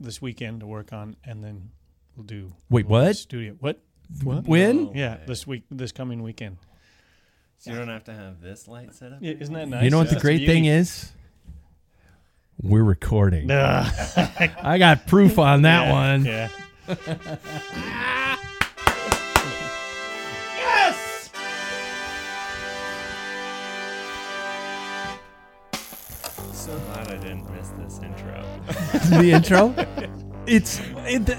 this weekend to work on, and then we'll do Wait, we'll do what? studio? What? When? Yeah, this week, this coming weekend. so you don't have to have this light set up. Yeah, isn't that nice? You know what the That's great thing beauty. is? We're recording. Ugh. I got proof on that one. yeah. So glad I didn't miss this intro. the intro. It's it, th-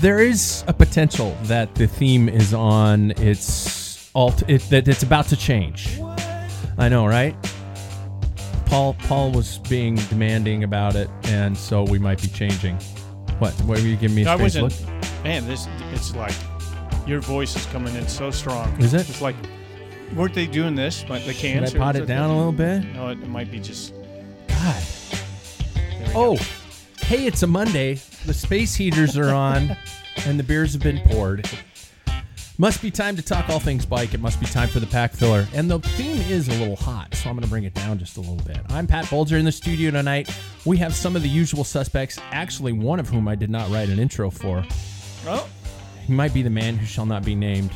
there is a potential that the theme is on its alt it, that it's about to change. I know, right? Paul Paul was being demanding about it, and so we might be changing. What? Why were you giving me a I strange wasn't. look? Man, this it's like your voice is coming in so strong. Is it? It's like weren't they doing this? Like the Can I cans. or pot it something? down a little bit? No, it, it might be just. God. Oh, hey, it's a Monday. The space heaters are on, and the beers have been poured. Must be time to talk all things bike. It must be time for the pack filler. And the theme is a little hot, so I'm going to bring it down just a little bit. I'm Pat Bolger in the studio tonight. We have some of the usual suspects, actually, one of whom I did not write an intro for. Oh, He might be the man who shall not be named.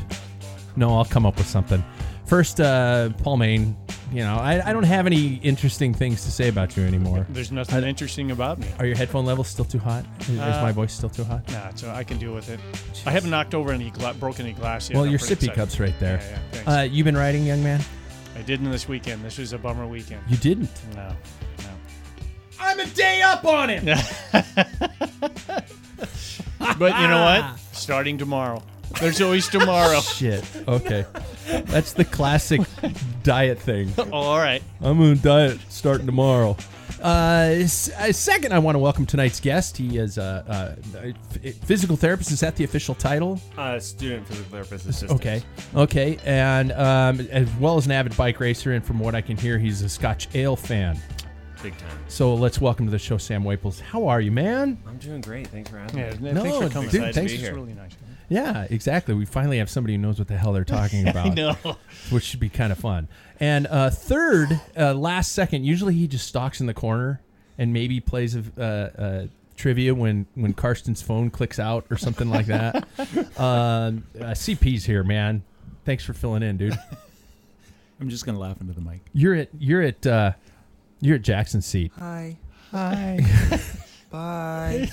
No, I'll come up with something. First, uh, Paul Main, you know, I, I don't have any interesting things to say about you anymore. there's nothing interesting about me. Are your headphone levels still too hot? Is, is Uh, my voice still too hot? Nah, so I can deal with it. I haven't knocked over any gla- broken any glass yet. well, I'm your pretty sippy excited. cup's right there. Yeah, yeah, thanks. uh, you've been riding, young man? I didn't this weekend. This was a bummer weekend. You didn't. No, no. I'm a day up on it. But you know what? Starting tomorrow. There's always tomorrow. Shit. Okay. That's the classic diet thing. Oh, all right. I'm on diet starting tomorrow. Uh, s- uh, second, I want to welcome tonight's guest. He is uh, a, a, a physical therapist. Is that the official title? Uh, student physical therapist is just Okay. Okay. And um, as well as an avid bike racer, and from what I can hear, he's a Scotch ale fan. big time. So let's welcome to the show, Sam Waples. How are you, man? I'm doing great. Thanks for having Yeah, me. No, thanks for coming. dude, Excited to thanks be for- here. It's really nice. Yeah, exactly. We finally have somebody who knows what the hell they're talking about, No. which should be kind of fun. And uh, third, uh, last second, usually he just stalks in the corner and maybe plays a. Uh, uh, Trivia when when Karsten's phone clicks out or something like that. um, uh, CP's here, man. Thanks for filling in, dude. I'm just gonna laugh into the mic. You're at you're at uh, you're at Jackson's seat. Hi. Hi. Bye.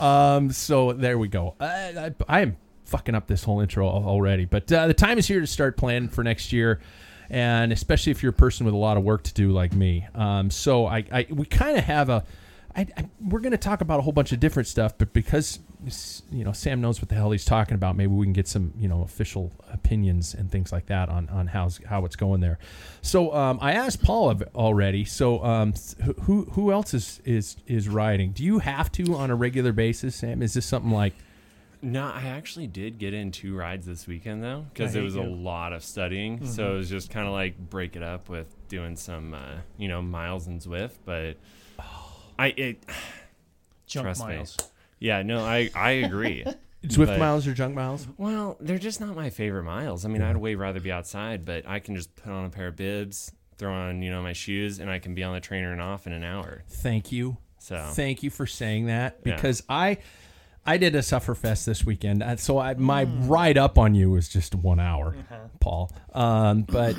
Um, so there we go. I, I, I am fucking up this whole intro al- already, but uh, the time is here to start planning for next year, and especially if you're a person with a lot of work to do like me. Um, so I, I we kind of have a. I, I, we're going to talk about a whole bunch of different stuff, but because s- you know Sam knows what the hell he's talking about, maybe we can get some you know official opinions and things like that on on how's how it's going there. So um, I asked Paul of- already. So um, s- who who else is is is riding? Do you have to on a regular basis, Sam? Is this something like No, I actually did get in two rides this weekend though, because I it hate was a you. Mm-hmm. lot of studying. So it was just kind of like break it up with doing some, uh, you know, miles and Zwift. But I, it, Junk trust miles. me, yeah, no, I, I agree. Swift But- miles or junk miles? well, they're just not my favorite miles. I mean, I'd way rather be outside, but I can just put on a pair of bibs, throw on, you know, my shoes, and I can be on the trainer and off in an hour. Thank you. So- thank you for saying that Yeah. because I I did a sufferfest this weekend, and so I, my ride up on you was just one hour, Paul. Um, but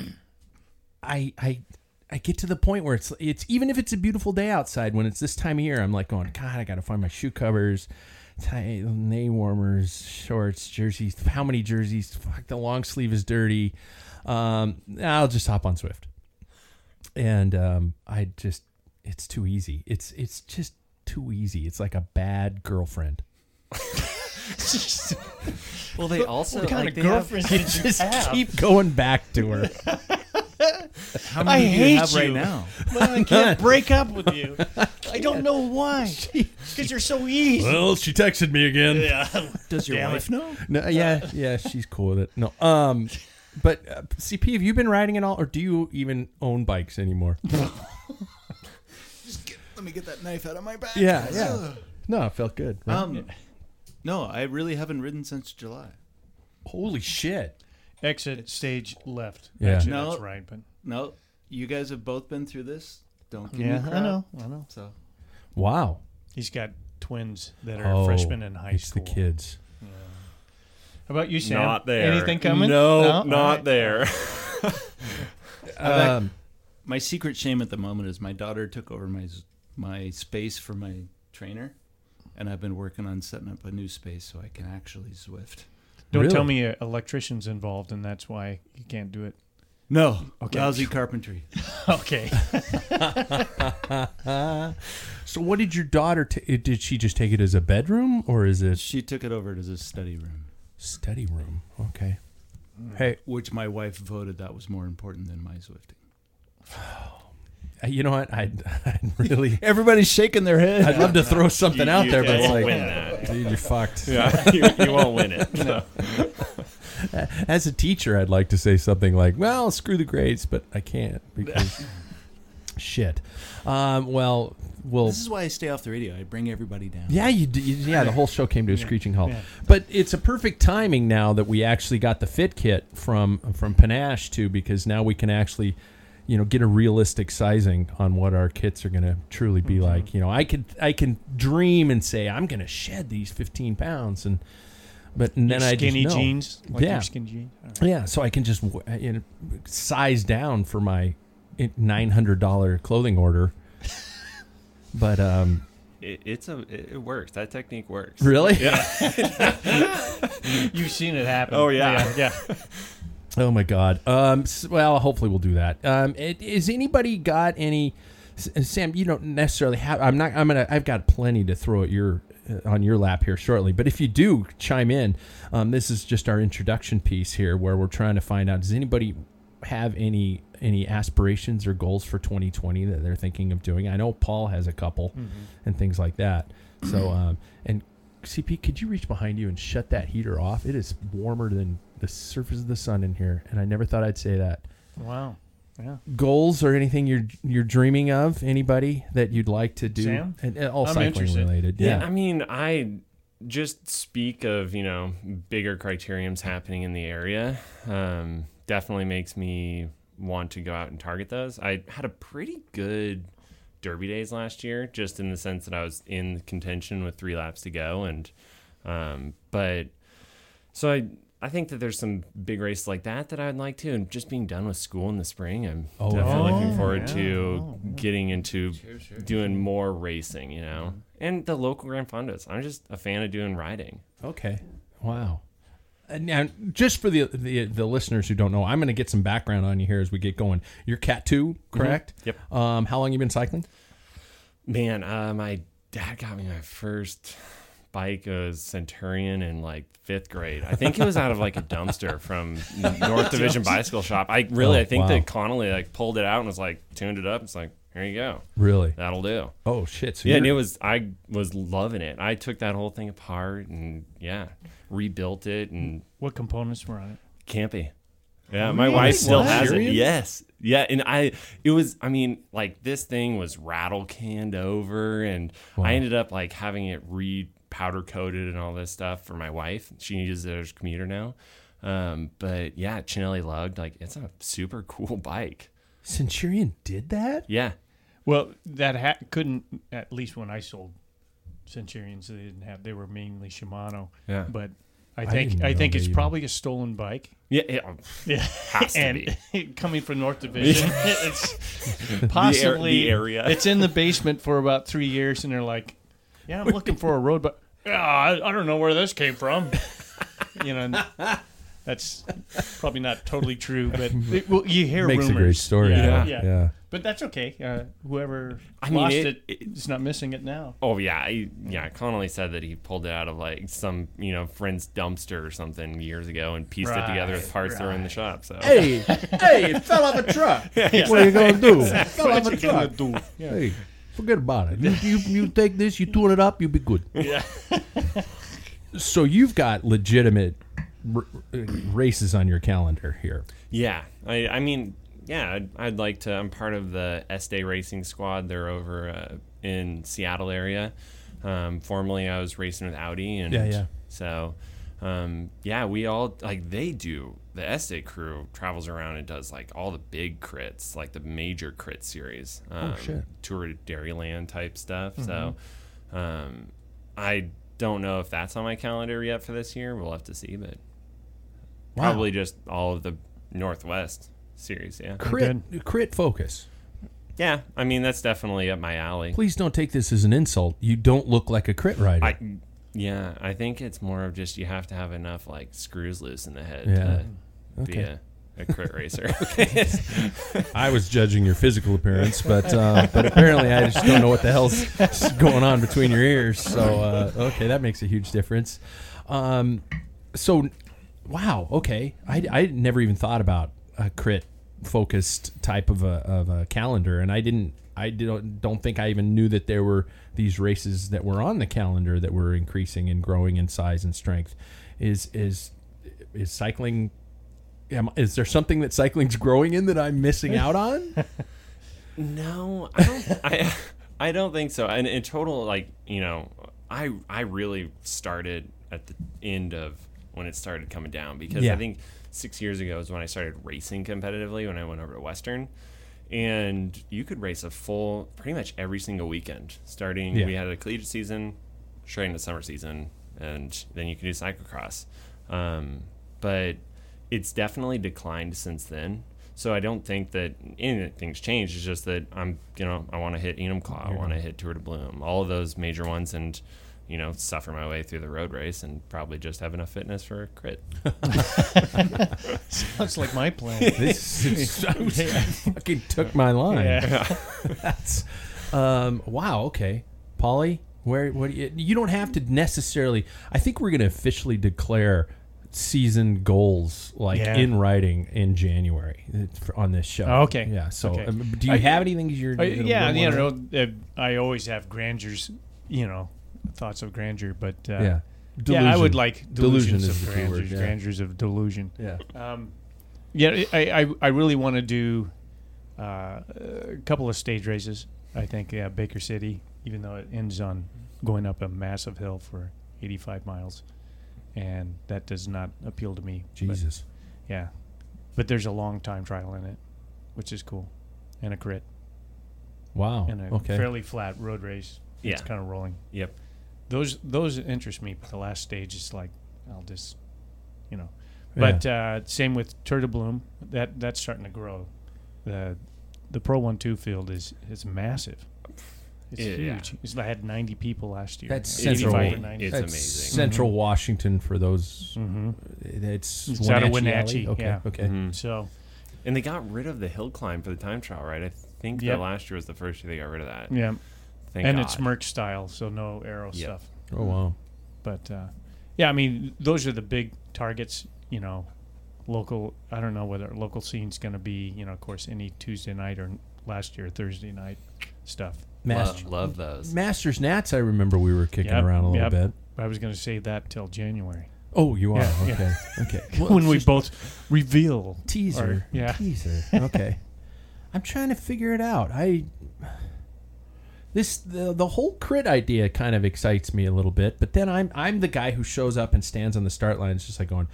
I I I get to the point where it's it's even if it's a beautiful day outside when it's this time of year, I'm like going, God, I got to find my shoe covers. Tie, knee warmers, shorts, jerseys. How many jerseys? Fuck, the long sleeve is dirty. Um, I'll just hop on Swift and um, I just it's too easy. It's it's just too easy. It's like a bad girlfriend. Well, they also What kind of girlfriend did you Just have? keep going back to her. How I many do hate you have right you. now? Well, I can't break up with you. I don't know why. Because you're so easy. well, she texted me again. Yeah, Does your wife know? no, yeah, Uh, yeah. She's cool with it. No, um, but uh, CP, have you been riding at all, or do you even own bikes anymore? Just get, let me get that knife out of my back. yeah, yeah. No, it felt good. right? Um, no, I really haven't ridden since July. Holy shit! Exit stage left. Yeah. Actually, No. that's right. But No, you guys have both been through this. Don't give me yeah, crap. I know. I know. So Wow. He's got twins that are Oh, freshmen in high it's school. the kids. How about you, Sam? not there. Anything coming? No, All not right. there. Um, my secret shame at the moment is my daughter took over my s- my space for my trainer, and I've been working on setting up a new space so I can actually Zwift. Don't Really? tell me uh, electrician's involved, and that's why you can't do it. No, Okay. lousy carpentry. Okay. So, what did your daughter? T- did she just take it as a bedroom, or is it She took it over to the study room, study room? Okay. Mm. Hey, which my wife voted that was more important than my Zwifting. uh, you know what? I I'd really, Everybody's shaking their head. I'd love to throw something You- out you there, but guys it's won't like, win that. dude, you're fucked. Yeah, you, you won't win it. So. As a teacher, I'd like to say something like, "Well, screw the grades," but I can't because shit. Um, well, we'll This is why I stay off the radio. I bring everybody down. Yeah, you, d- you yeah, the whole show came to a screeching halt. But it's a perfect timing now that we actually got the fit kit from from Panache too because now we can actually you know get a realistic sizing on what our kits are going to truly Mm-hmm. be like. You know, I could I can dream and say I'm going to shed these 15 pounds and but and then Your I just skinny know. jeans. Like Yeah. Your skinny jeans. All right. Yeah, so I can just w- uh, you know, size down for my eh, $900 clothing order. but um It, it's a it, it works. That technique works. really? You've seen it happen. Oh, yeah. Yeah. yeah. Oh my God. Um. s- Well, hopefully we'll do that. Um. It, is anybody got any? S- Sam, you don't necessarily have. I'm not. I'm gonna. I've got plenty to throw at your uh, on your lap here shortly. But if you do chime in, um, this is just our introduction piece here, where we're trying to find out. Does anybody have any any aspirations or goals for 2020 that they're thinking of doing? I know Paul has a couple, and things like that. So, um, and CP, could you reach behind you and shut that heater off? It is warmer than the surface of the sun in here, and I never thought I'd say that. Wow. Yeah. Goals or anything you're you're dreaming of? Anybody that you'd like to do? Sam? And, and all I'm cycling interested. related. Yeah. Yeah. I mean, I just speak of, you know, bigger criteriums happening in the area. Um, definitely makes me want to go out and target those. I had a pretty good derby days last year, just in the sense that I was in contention with three laps to go. And, um, but so I, I think that there's some big races like that that I'd like to, and just being done with school in the spring, I'm Oh, definitely yeah. Oh, looking forward to getting into doing more racing, you know, and the local Grand Fondos. I'm just a fan of doing riding. Okay. Wow. And now, just for the, the the listeners who don't know, I'm going to get some background on you here as we get going. You're Cat Two, correct? Yep. Um, how long you been cycling? Man, uh, my dad got me my first bike a Centurion in like fifth grade. I think it was out of like a dumpster from North Division Bicycle Shop. I really, Oh, I think wow. that Connolly like pulled it out and was like tuned it up. It's like. "Here There you go. Really? That'll do. Oh shit! So Uh, Yeah, and it you're- was I was loving it. I took that whole thing apart and yeah, rebuilt it and What components were on it? campy. Oh, Yeah, my wife still has it. Yes. Yeah, and I it was I mean, like this thing was rattle canned over and I ended up like having it re powder coated and all this stuff for my wife. She uses it as a commuter now. Um, but yeah, Chinelli lugged, like it's a super cool bike. Centurion did that. Yeah. Well, that ha- couldn't. At least when I sold Centurions, they didn't have. They were mainly Shimano. Yeah. But I think didn't I, know think they it's even- probably a stolen bike. Yeah, it Yeah. has to be. and coming from North Division, it's possibly the area. It's in the basement for about three years, and they're like, "Yeah, I'm looking for a road, but yeah, I, I don't know where this came from." you know, and that's probably not totally true, but it, well, you hear Makes rumors. a great story. Yeah, Yeah. yeah. Yeah. but that's okay. Uh, whoever I mean, lost it- it, it- is not missing it now. Oh yeah, I, yeah. Connolly said that he pulled it out of like some you know friend's dumpster or something years ago and pieced it together with parts that were in the shop. So Hey, hey, it fell off a truck. What are you gonna do? Fell off a truck. Hey, forget about it. You, you, you take this, you tune it up, you'll be good. Yeah. so you've got legitimate r- r- races on your calendar here. yeah, I, I mean, yeah, I'd, I'd like to. I'm part of the Estee Racing Squad. They're over uh, in Seattle area. Um, formerly, I was racing with Audi, and Yeah, yeah. So, um, yeah, we all like they do. The Estee crew travels around and does like all the big crits, like the major crit series, um, Oh, shit. Mm-hmm. Tour de Dairyland type stuff. So, um, I don't know if that's on my calendar yet for this year. We'll have to see, but probably just all of the Northwest series. Yeah, Crit, crit focus. yeah. I mean, that's definitely up my alley. Please don't take this as an insult. You don't look like a crit rider. I, yeah, I think it's more of just you have to have enough like screws loose in the head to be a, a crit racer. I was judging your physical appearance, but uh, but apparently I just don't know what the hell's going on between your ears. So uh, okay, that makes a huge difference. Um, so wow, okay, I, I never even thought about a crit focused type of a of a calendar, and I didn't. I don't don't think I even knew that there were these races that were on the calendar that were increasing and growing in size and strength. Is is is cycling am, is there something that cycling's growing in that I'm missing out on? No, I don't. I, I don't think so. And in total, like you know, I I really started at the end of when it started coming down because Yeah. I think six years ago is when I started racing competitively when I went over to Western, and you could race a full pretty much every single weekend. Starting, Yeah. we had a collegiate season, straight into summer season, and then you can do cyclocross. Um, but it's definitely declined since then. So I don't think that anything's changed. It's just that I'm, you know, I want to hit Enumclaw, I want to hit Tour de Bloom, all of those major ones, and you know, suffer my way through the road race and probably just have enough fitness for a crit. That's like my plan. This is, I was- fucking took my line. That's um, wow. Okay, Polly, where what do you, you don't have to necessarily. I think we're going to officially declare season goals like Yeah. in writing in January uh, for- on this show. okay. yeah. So, Okay. um, do you have anything you're? Uh, you're gonna yeah, run you on? know, uh, I always have grandeurs, you know, thoughts of grandeur, but uh, Yeah. yeah, I would Delusion. like uh, Delusion delusions is of the key word, grandeurs, yeah. grandeurs of delusion. Yeah. Yeah, I I, I really want to do uh, a couple of stage races. I think yeah, Baker City, even though it ends on going up a massive hill for 85 miles, and that does not appeal to me. but- Jesus. yeah, but there's a long time trial in it, which is cool, and a crit Wow. and a okay. fairly flat road race. It's Yeah. kind of rolling. Yep. Those those interest me, but the last stage is like I'll just, you know. But uh, same with Tour de Bloom. That that's starting to grow. The the Pro One Two field is is massive. It's Yeah, yeah. huge. It's, I had ninety people last year. That's Or central. 85 or 90. It's That's amazing. Central Washington for those. It's, Mm-hmm. It's out of Wenatchee Alley? Wenatchee, Okay. yeah. Okay. Mm-hmm. So And they got rid of the hill climb for the time trial, right? I think Yep. that last year was the first year they got rid of that. yeah, Thank and God. it's Merc style, so no arrow stuff. Oh wow. But uh, yeah, I mean, those are the big targets. You know, local. I don't know whether local scene's going to be. You know, of course, any Tuesday night or last year Thursday night stuff. Mas- Love, love those. Masters Nats, I remember we were kicking around a little Yep. bit. I was going to say that till January Oh, you are Yeah, okay. yeah. Okay. when we both reveal teaser, or- yeah. teaser. Okay. I'm trying to figure it out. I this the, the whole crit idea kind of excites me a little bit, but then I'm I'm the guy who shows up and stands on the start line, it's just like going.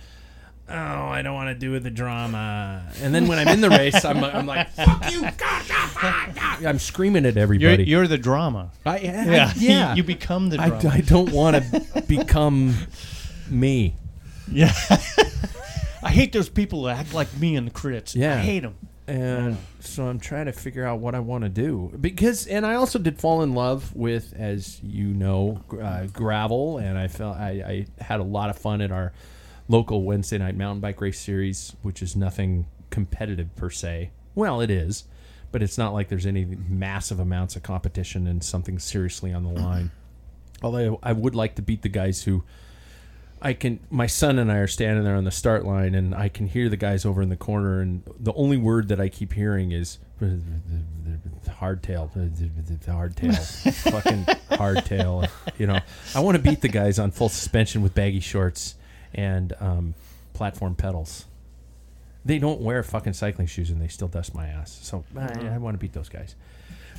Oh, I don't want to do with the drama. And then when I'm in the race, I'm, I'm like, "Fuck you!" ah, I'm screaming at You're, everybody. you're the drama. I, yeah, Yeah, yeah. you become the I, drama. I don't want to become me. yeah, I hate those people that act like me in the crits. Yeah. I hate them. and so I'm trying to figure out what I want to do because, and I also did fall in love with, as you know, gr- uh, gravel, and I felt I, I had a lot of fun at our local Wednesday night mountain bike race series, which is nothing competitive per se. Well, it is, but it's not like there's any massive amounts of competition and something seriously on the line. Although I would like to beat the guys who I can. My son and I are standing there on the start line, and I can hear the guys over in the corner. And the only word that I keep hearing is hardtail, hardtail, fucking hardtail. You know, I want to beat the guys on full suspension with baggy shorts and um, platform pedals. They don't wear fucking cycling shoes, and they still dust my ass. So Oh, I, I want to beat those guys.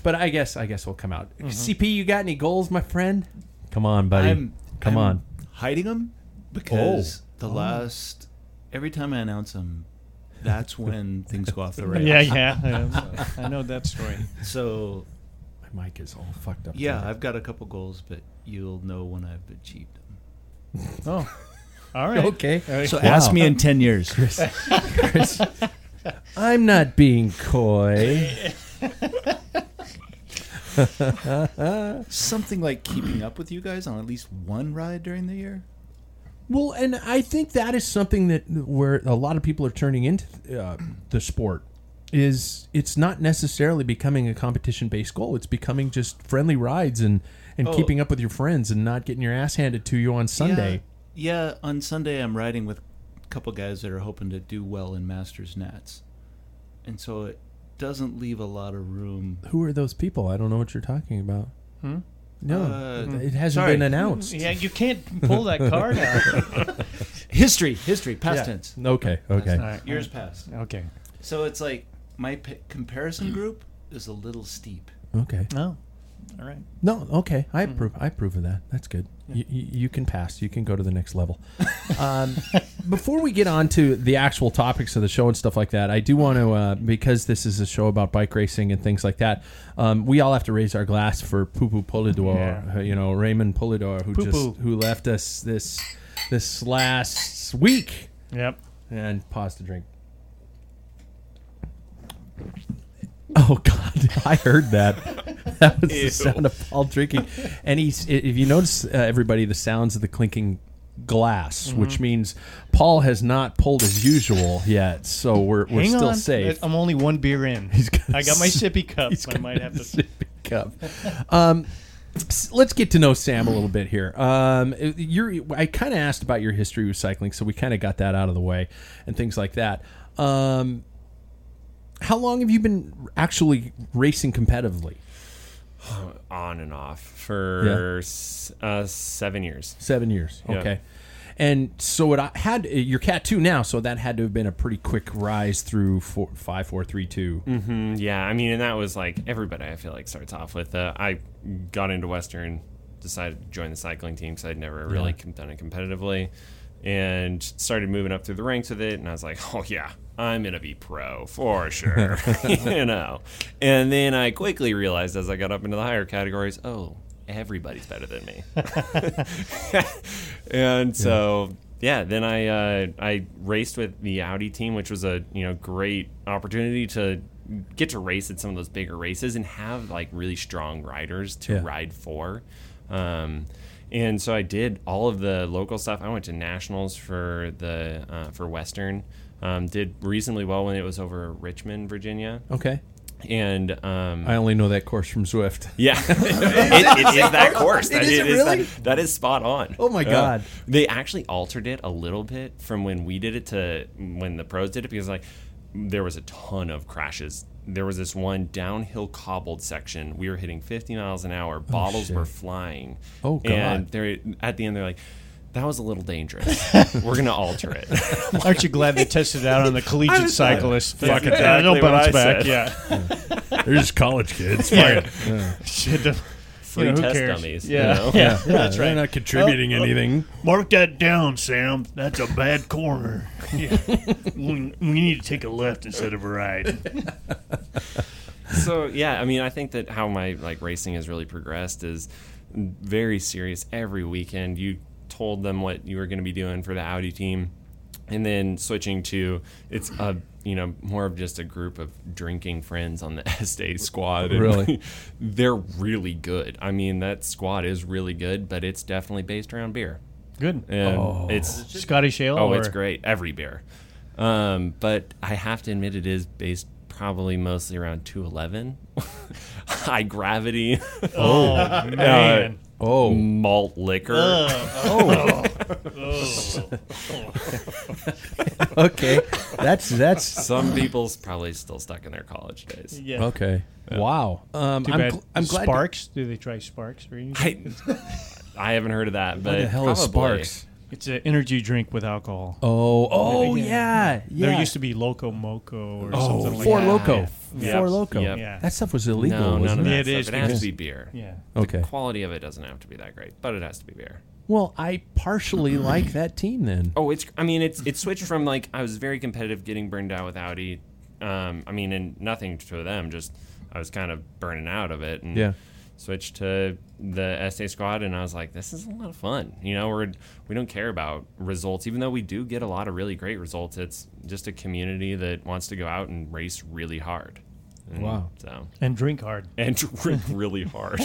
But I guess I guess we'll come out. Mm-hmm. CP, you got any goals, my friend? Come on, buddy. I'm come I'm on. hiding them because Oh. the last every time I announce them, that's when things go off the rails. Yeah, yeah. I know that story. So My mic is all fucked up. yeah, today. I've got a couple goals, but you'll know when I've achieved them. Oh, all right. okay. So ask me in ten years. I'm not being coy. Something like keeping up with you guys on at least one ride during the year. well, and I think that is something that where a lot of people are turning into uh, the sport is it's not necessarily becoming a competition based goal. It's becoming just friendly rides and and Oh. keeping up with your friends and not getting your ass handed to you on Sunday. Yeah, yeah, on Sunday I'm riding with a couple guys that are hoping to do well in Masters Nats. And so it doesn't leave a lot of room. Who are those people? I don't know what you're talking about. No, Hmm? Uh, it hasn't sorry. been announced. Yeah, you can't pull that card out. History, history, past Yeah. tense. Okay, okay. Years past. Okay. So it's like my p- comparison group is a little steep. Okay. No. All right. No, okay. Mm-hmm. I approve. I approve of that. That's good. You, you, you can pass. You can go to the next level. um, before we get on to the actual topics of the show and stuff like that, I do want to, uh, because this is a show about bike racing and things like that, um, we all have to raise our glass for Pupu Polidor, Yeah. uh, you know, Raymond Polidor, who just Pupu. who left us this this last week. Yep. And pause to drink. Oh God! I heard that. That was the sound of Paul drinking. And he's, i- if you notice, uh, everybody, the sounds of the clinking glass, Mm-hmm. which means Paul has not pulled as usual yet. So we're we're Hang still on. safe. I'm only one beer in. gonna I got my s- sippy cup. he's I might have to. Sippy cup. Um, s- let's get to know Sam a little bit here. Um, you're, I kind of asked about your history with cycling, so we kind of got that out of the way and things like that. Um, how long have you been actually racing competitively? on and off for s uh, seven years. Seven years. Yeah. Okay. And so it had your cat two now, so that had to have been a pretty quick rise through four, five, four, three, two. Mm, Yeah, I mean, and that was like everybody I feel like starts off with. Uh, I got into Western, decided to join the cycling team because I'd never really com- done it competitively, and started moving up through the ranks with it. And I was like, oh yeah, I'm gonna be pro for sure, you know. And then I quickly realized as I got up into the higher categories, oh, everybody's better than me. and so yeah, then I uh, I raced with the Audi team, which was a you know great opportunity to get to race at some of those bigger races and have like really strong riders to Yeah. ride for. Um, and so I did all of the local stuff. I went to nationals for the uh, for Western. Um, did reasonably well when it was over Richmond, Virginia, Okay. and um, I only know that course from Swift. yeah, it, it is that course. That is it that- really? that is spot on. Oh my Yeah. God. They actually altered it a little bit from when we did it to when the pros did it because like there was a ton of crashes there was this one downhill cobbled section. We were hitting 50 miles an hour. Bottles were flying. Oh, God. And they're at the end. They're like, "That was a little dangerous. we're gonna alter it." Aren't you glad they tested it out on the collegiate cyclists? Fuck it, exactly they'll what bounce I back. said. Yeah, They're just college kids. yeah. Shit, the- Free you know, who test cares? dummies. Yeah. You know? yeah, that's They're right. not contributing Oh, anything. Mark that down, Sam. That's a bad corner. Yeah. we, we need to take a left instead of a right. so yeah, I mean, I think that how my like racing has really progressed is very serious. Every weekend, you told them what you were going to be doing for the Audi team, and then switching to it's a you know more of just a group of drinking friends on the estate squad. And Really? they're really good. I mean, that squad is really good, but it's definitely based around beer. Good. And it's Scottish ale. Oh, or- it's great. Every beer. Um, but I have to admit, it is based probably mostly around 211. High gravity. Oh man. Oh, Malt liquor. okay. That's that's Some people's probably still stuck in their college days. yeah. okay. Wow. Um, Too I'm, bad. gl- I'm glad. to- Sparks. Do they try Sparks for you? I, I haven't heard of that, but What the hell probably. is Sparks? It's an energy drink with alcohol. Oh, oh Yeah. yeah, yeah. There used to be Loco Moco or oh, something like Four that. Loco, Yeah. Four Loco. Yep. Yeah. That stuff was illegal. No, none wasn't of it? that it stuff. is It has because- to be beer. Yeah. Okay. Quality of it doesn't have to be that great, but it has to be beer. Well, I partially like that team then. Oh, it's. I mean, it's. It switched from like I was very competitive, getting burned out with Audi. Um, I mean, and nothing to them. Just I was kind of burning out of it, and Yeah. switched to the SA squad, and I was like, this is a lot of fun. You know, we're we don't care about results, even though we do get a lot of really great results. It's just a community that wants to go out and race really hard. And Wow. So And drink hard. and drink really hard.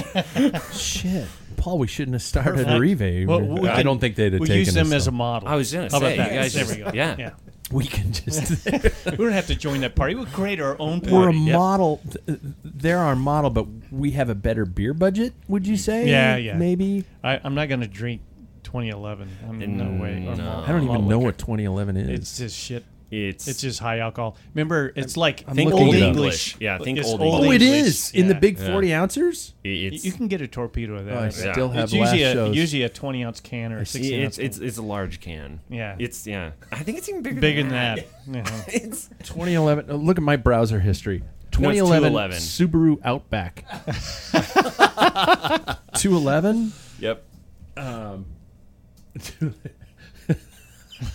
Shit, Paul, we shouldn't have started Arrive. Well, we I can- don't think they'd have We taken use them us, as a though. model. I was gonna How say, about that? you guys there just- we go. yeah. We can just. We don't have to join that party. We'll create our own party. we're a yeah. model. th- They're our model, but we have a better beer budget. Would you say? Yeah, yeah. Maybe. I, I'm not going to drink 2011. I'm in no way. or malt- I don't even malt know liquor. what 2011 is. It's just shit. It's It's just high alcohol. Remember, it's like Think old old English. English. Yeah, think It's old oh, English. it is in the Yeah. big 40 ouncers. it's You can get a torpedo of that. Oh, I It's still have last usually a, shows. usually a 20 ounce can or a 16 it's, ounce it's it's a large can. Yeah. It's yeah. I think it's even bigger. can. Bigger than that. Yeah. 2011. oh, look at my browser history. No, it's 211. 2011 Subaru Outback. 211. Yep.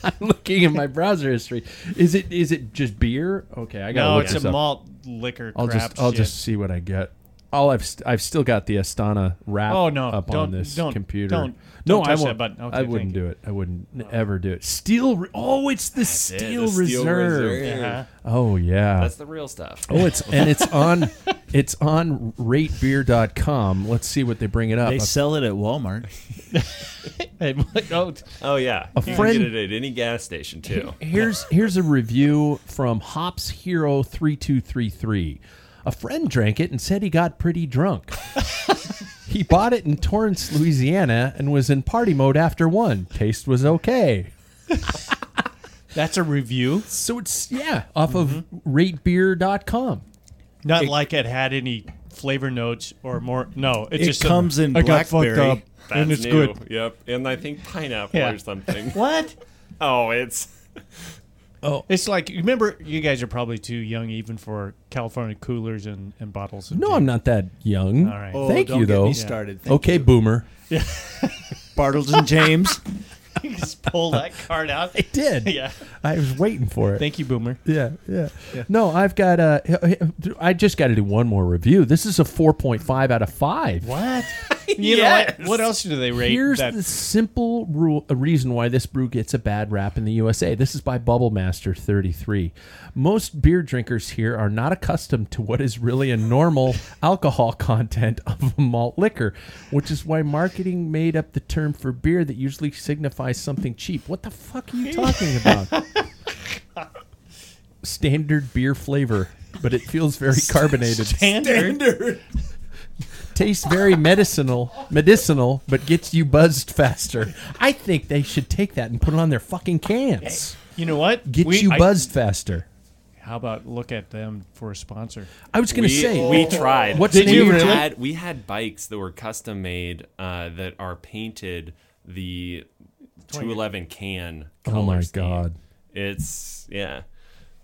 I'm looking at my browser history. Is it is it just beer? Okay, I gotta No, look Oh, it's this a up. malt liquor I'll crap just I'll shit. just see what I get. All I've st- I've still got the Astana wrap Oh, no. up Don't- on this don't- computer. don't- no, don't I touch that won't. button. Okay, I wouldn't thank you. Oh. do it. I wouldn't n- ever do it. Steel. Re- oh, it's the Steel the Steel Reserve. Reserve. Uh-huh. Oh yeah. That's the real stuff. oh, it's and it's on it's on ratebeer.com. Let's see what they bring it up. They A- sell it at Walmart. Hey, what- oh, t- Oh yeah. you friend- can get it at any gas station too. Here's here's a review from Hops Hero three two three three. A friend drank it and said he got pretty drunk. he bought it in Torrance, Louisiana, and was in party mode after one. Taste was okay. that's a review. So it's yeah, off of ratebeer.com. Not like it had any flavor notes or more. No, it, It just comes in I got fucked blackberry. up That's and it's new. good. Yep. And I think pineapple Yeah. or something. What? Oh, it's It's like remember you guys are probably too young even for California coolers and, and bottles. Of No, I'm not that young. All right. Oh, Thank don't you get though. Me started. Thank Okay, you. boomer. Bartles and James. you just pull that card out. I did. Yeah. I was waiting for it. Thank you, Boomer. yeah, yeah, No, I've got uh, I just got to do one more review. This is a 4.5 out of 5. What? You know what? What else do they rate? Here's that- the simple rule, uh, reason why this brew gets a bad rap in the USA. This is by Bubble Master 33. Most beer drinkers here are not accustomed to what is really a normal alcohol content of a malt liquor, which is why marketing made up the term for beer that usually signifies something cheap. What the fuck are you talking about? Standard beer flavor, but it feels very carbonated. tastes very medicinal, medicinal, but gets you buzzed faster. I think they should take that and put it on their fucking cans. You know what? Get We- you I- buzzed faster. How about look at them for a sponsor? I was gonna we, say we tried. What's Did the name you of it? had, We had bikes that were custom made uh, that are painted the 211 can. Oh color my scheme. God. It's yeah.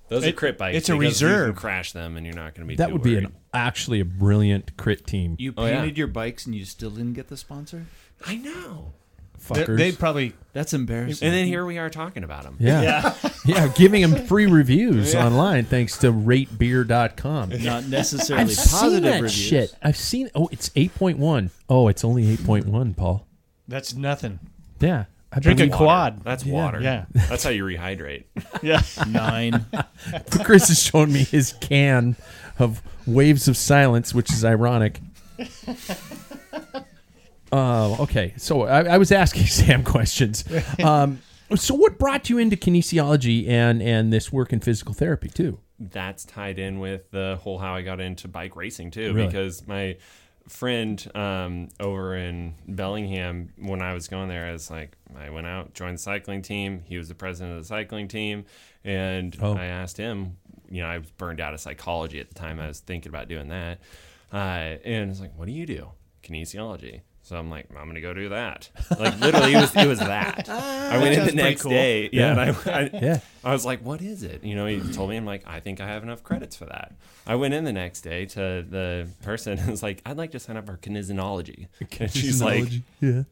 Those are It- crit bikes. it's a because you can reserve. crash them, and you're not going to be. that too would be worried. an actually a brilliant crit team. You Oh, yeah. painted your bikes and you still didn't get the sponsor? I know. They, fuckers. they'd probably That's embarrassing. And then here we are talking about them. yeah. Yeah. giving them free reviews online thanks to ratebeer.com. Not necessarily I've positive seen that reviews. shit. I've seen oh it's 8.1. Oh, it's only 8.1, Paul. that's nothing. Yeah. I Drink a believe- quad. That's water. yeah. That's how you rehydrate. Yeah. Nine. Chris has shown me his can of Waves of Silence, which is ironic. Oh, okay. So I, I was asking Sam questions. Um, so what brought you into kinesiology and and this work in physical therapy too? that's tied in with the whole how I got into bike racing too, Really? because my friend um, over in Bellingham, when I was going there, I was like, I went out, joined the cycling team. He was the president of the cycling team, and Oh. I asked him, you know, I was burned out of psychology at the time. I was thinking about doing that, uh, and it's like, what do you do? Kinesiology. So I'm like, I'm gonna go do that. Like literally, it was it was that. I went in the next day, yeah, and I, I Yeah. I was like, what is it? You know, he told me, I'm like, I think I have enough credits for that. I went in the next day to the person and was like, I'd like to sign up for kinesiology. And she's like, yeah.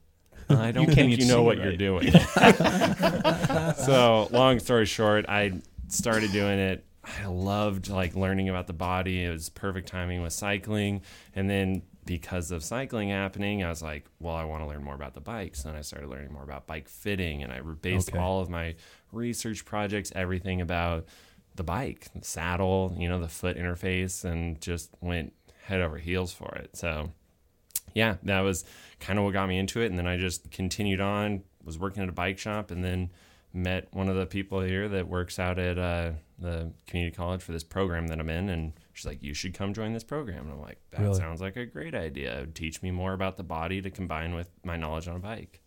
I don't think you know what you're doing. so, long story short, I started doing it. I loved like learning about the body. It was perfect timing with cycling. And then because of cycling happening, I was like, well, I want to learn more about the bikes. And I started learning more about bike fitting and I based Okay. all of my research projects, everything about the bike, the saddle, you know, the foot interface and just went head over heels for it. So, yeah, that was kind of what got me into it. And then I just continued on, was working at a bike shop, and then met one of the people here that works out at uh, the community college for this program that I'm in. And she's like, You should come join this program. And I'm like, That Really? sounds like a great idea. It would teach me more about the body to combine with my knowledge on a bike.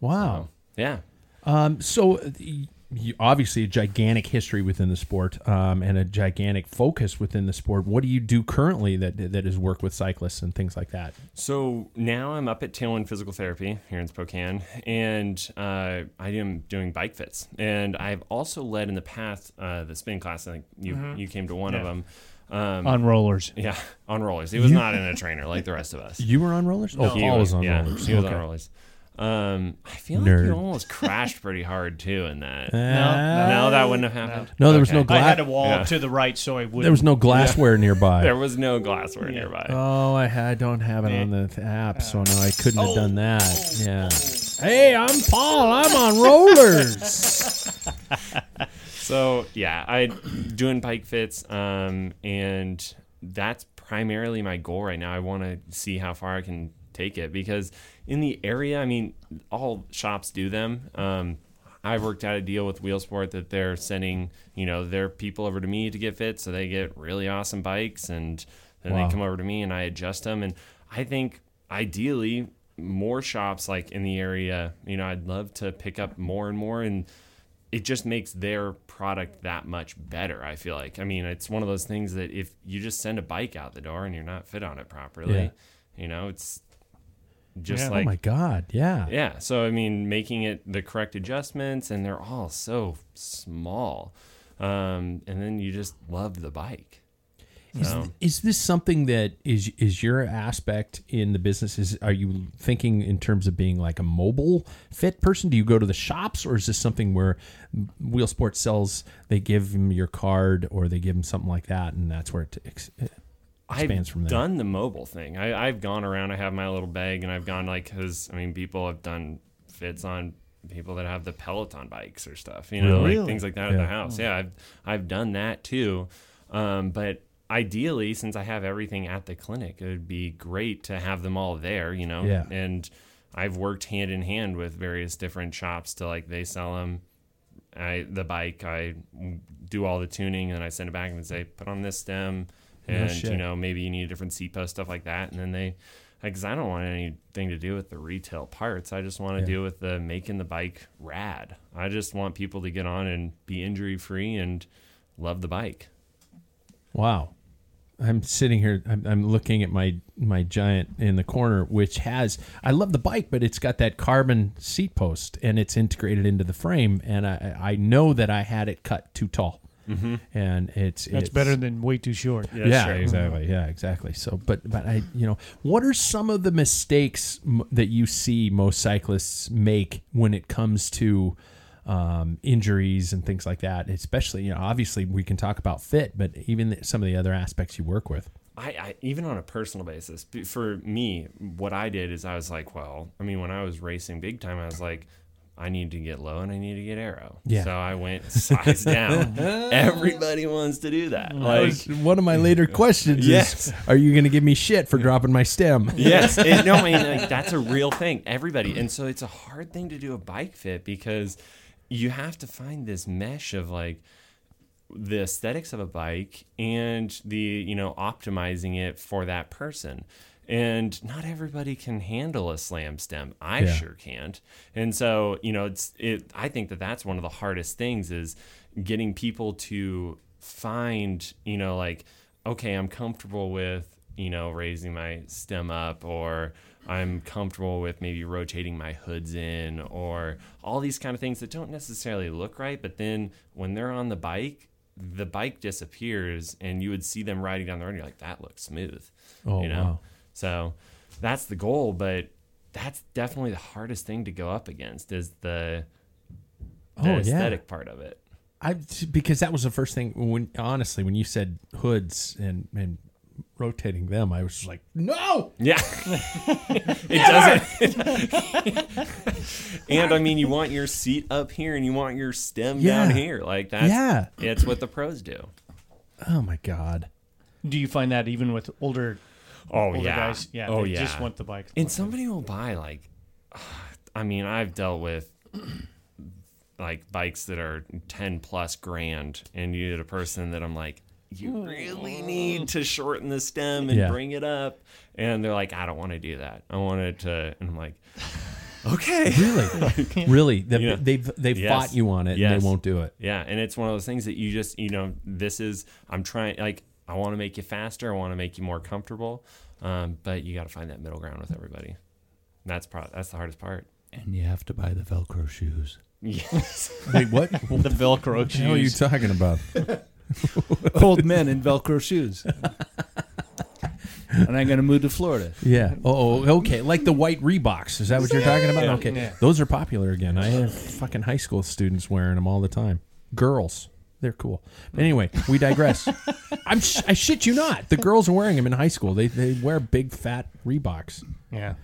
Wow. Yeah. Um, so uh, y- you, obviously a gigantic history within the sport um, and a gigantic focus within the sport. What do you do currently that that is work with cyclists and things like that? So now I'm up at Tailwind Physical Therapy here in Spokane, and uh, I am doing bike fits. And I've also led in the past uh, the spin class. I think you Mm-hmm. you came to one of them. Um, On rollers. yeah, on rollers. He was not in a trainer like the rest of us. You were on rollers? Oh, He Paul was on yeah, rollers. He was Okay. on rollers. Um, I feel like Nerd. you almost crashed pretty hard too in that. Uh, No, no, that wouldn't have happened. No, there was Okay. no I glass. had a wall Yeah. to the right, so I would. There was no glassware nearby. There was no glassware nearby. Oh, I, ha- I don't have it on the th- app, so no, I couldn't Oh. have done that. Yeah. Hey, I'm Paul. I'm on rollers. So yeah, I doing bike fits, um, and that's primarily my goal right now. I want to see how far I can take it because in the area, I mean, all shops do them. Um, I worked out a deal with Wheelsport that they're sending, you know, their people over to me to get fit, so they get really awesome bikes, and then Wow. they come over to me and I adjust them. And I think ideally, more shops like in the area, you know, I'd love to pick up more and more and it just makes their product that much better. I feel like. I mean, it's one of those things that if you just send a bike out the door and you're not fit on it properly, Yeah. you know, it's just oh like my God. Yeah. yeah. So I mean, making it the correct adjustments, and they're all so small, um, and then you just love the bike. Is, is this something that is is your aspect in the business? Is are you thinking in terms of being like a mobile fit person? Do you go to the shops, or is this something where Wheel Sports sells? They give them your card, or they give them something like that, and that's where it ex- expands I've from there. done the mobile thing. I, I've gone around. I have my little bag, and I've gone like because I mean, people have done fits on people that have the Peloton bikes or stuff. You know, like things like that at Yeah. their house. Yeah, I've I've done that too. Um, but ideally, since I have everything at the clinic, it would be great to have them all there. You know, Yeah. and I've worked hand in hand with various different shops to like they sell them I the bike, I do all the tuning, and then I send it back and say, put on this stem, and shit. you know maybe you need a different seat post, stuff like that, and then they. Because I don't want anything to do with the retail parts. I just want to deal with the making the bike rad. I just want people to get on and be injury free and love the bike. Wow. I'm sitting here. I'm, I'm looking at my my giant in the corner, which has. I love the bike, but it's got that carbon seat post, and it's integrated into the frame. And I I know that I had it cut too tall, Mhm. and That's it's it's- better than way too short. Yeah, exactly. Yeah, exactly. So, but but I, you know, what are some of the mistakes m- that you see most cyclists make when it comes to um, injuries and things like that? Especially, you know, obviously we can talk about fit, but even th- some of the other aspects you work with. I, I even on a personal basis b- for me what i did is i was like well i mean when i was racing big time i was like i need to get low and i need to get arrow Yeah. so i went size down everybody wants to do that like one of my later questions Yes. is, are you going to give me shit for dropping my stem? yes it, no i mean like, that's a real thing everybody and so it's a hard thing to do a bike fit because you have to find this mesh of like the aesthetics of a bike and the you know optimizing it for that person and not everybody can handle a slam stem i Yeah. sure can't and so you know it's it i think that that's one of the hardest things is getting people to find you know like okay i'm comfortable with you know raising my stem up or i'm comfortable with maybe rotating my hoods in or all these kind of things that don't necessarily look right but then when they're on the bike the bike disappears and you would see them riding down the road and you're like that looks smooth Oh, you know wow. so that's the goal but that's definitely the hardest thing to go up against is the the Oh, yeah. aesthetic part of it I because that was the first thing when honestly when you said hoods and and rotating them, I was just like, no. Yeah. it doesn't. and I mean, you want your seat up here and you want your stem Yeah. down here. Like that's Yeah. it's what the pros do. Oh my god. Do you find that even with older? Oh older yeah. guys, yeah, Oh they yeah. just want the bike. And somebody will buy like, I mean, I've dealt with like bikes that are ten plus grand, and you get a person that I'm like, you really need to shorten the stem and Yeah. bring it up, and they're like, I don't want to do that. I want it to, and I'm like, okay. Really, really, the, Yeah. they've they've Yes. fought you on it, and Yes. they won't do it. Yeah, and it's one of those things that you just, you know, this is I'm trying like I want to make you faster, I want to make you more comfortable, um, but you got to find that middle ground with everybody. And that's probably that's the hardest part. And you have to buy the Velcro shoes. Yes. Wait, what? The Velcro the hell are you shoes. talking about? Old men in Velcro shoes. and I'm going to move to Florida. yeah. Oh, oh, okay. Like the white Reeboks. Is that what you're talking about? Yeah. Okay. Those are popular again. I have fucking high school students wearing them all the time. Girls. They're cool. But anyway, we digress. I'm sh- I shit you not. The girls are wearing them in high school. They they wear big fat Reeboks. Yeah.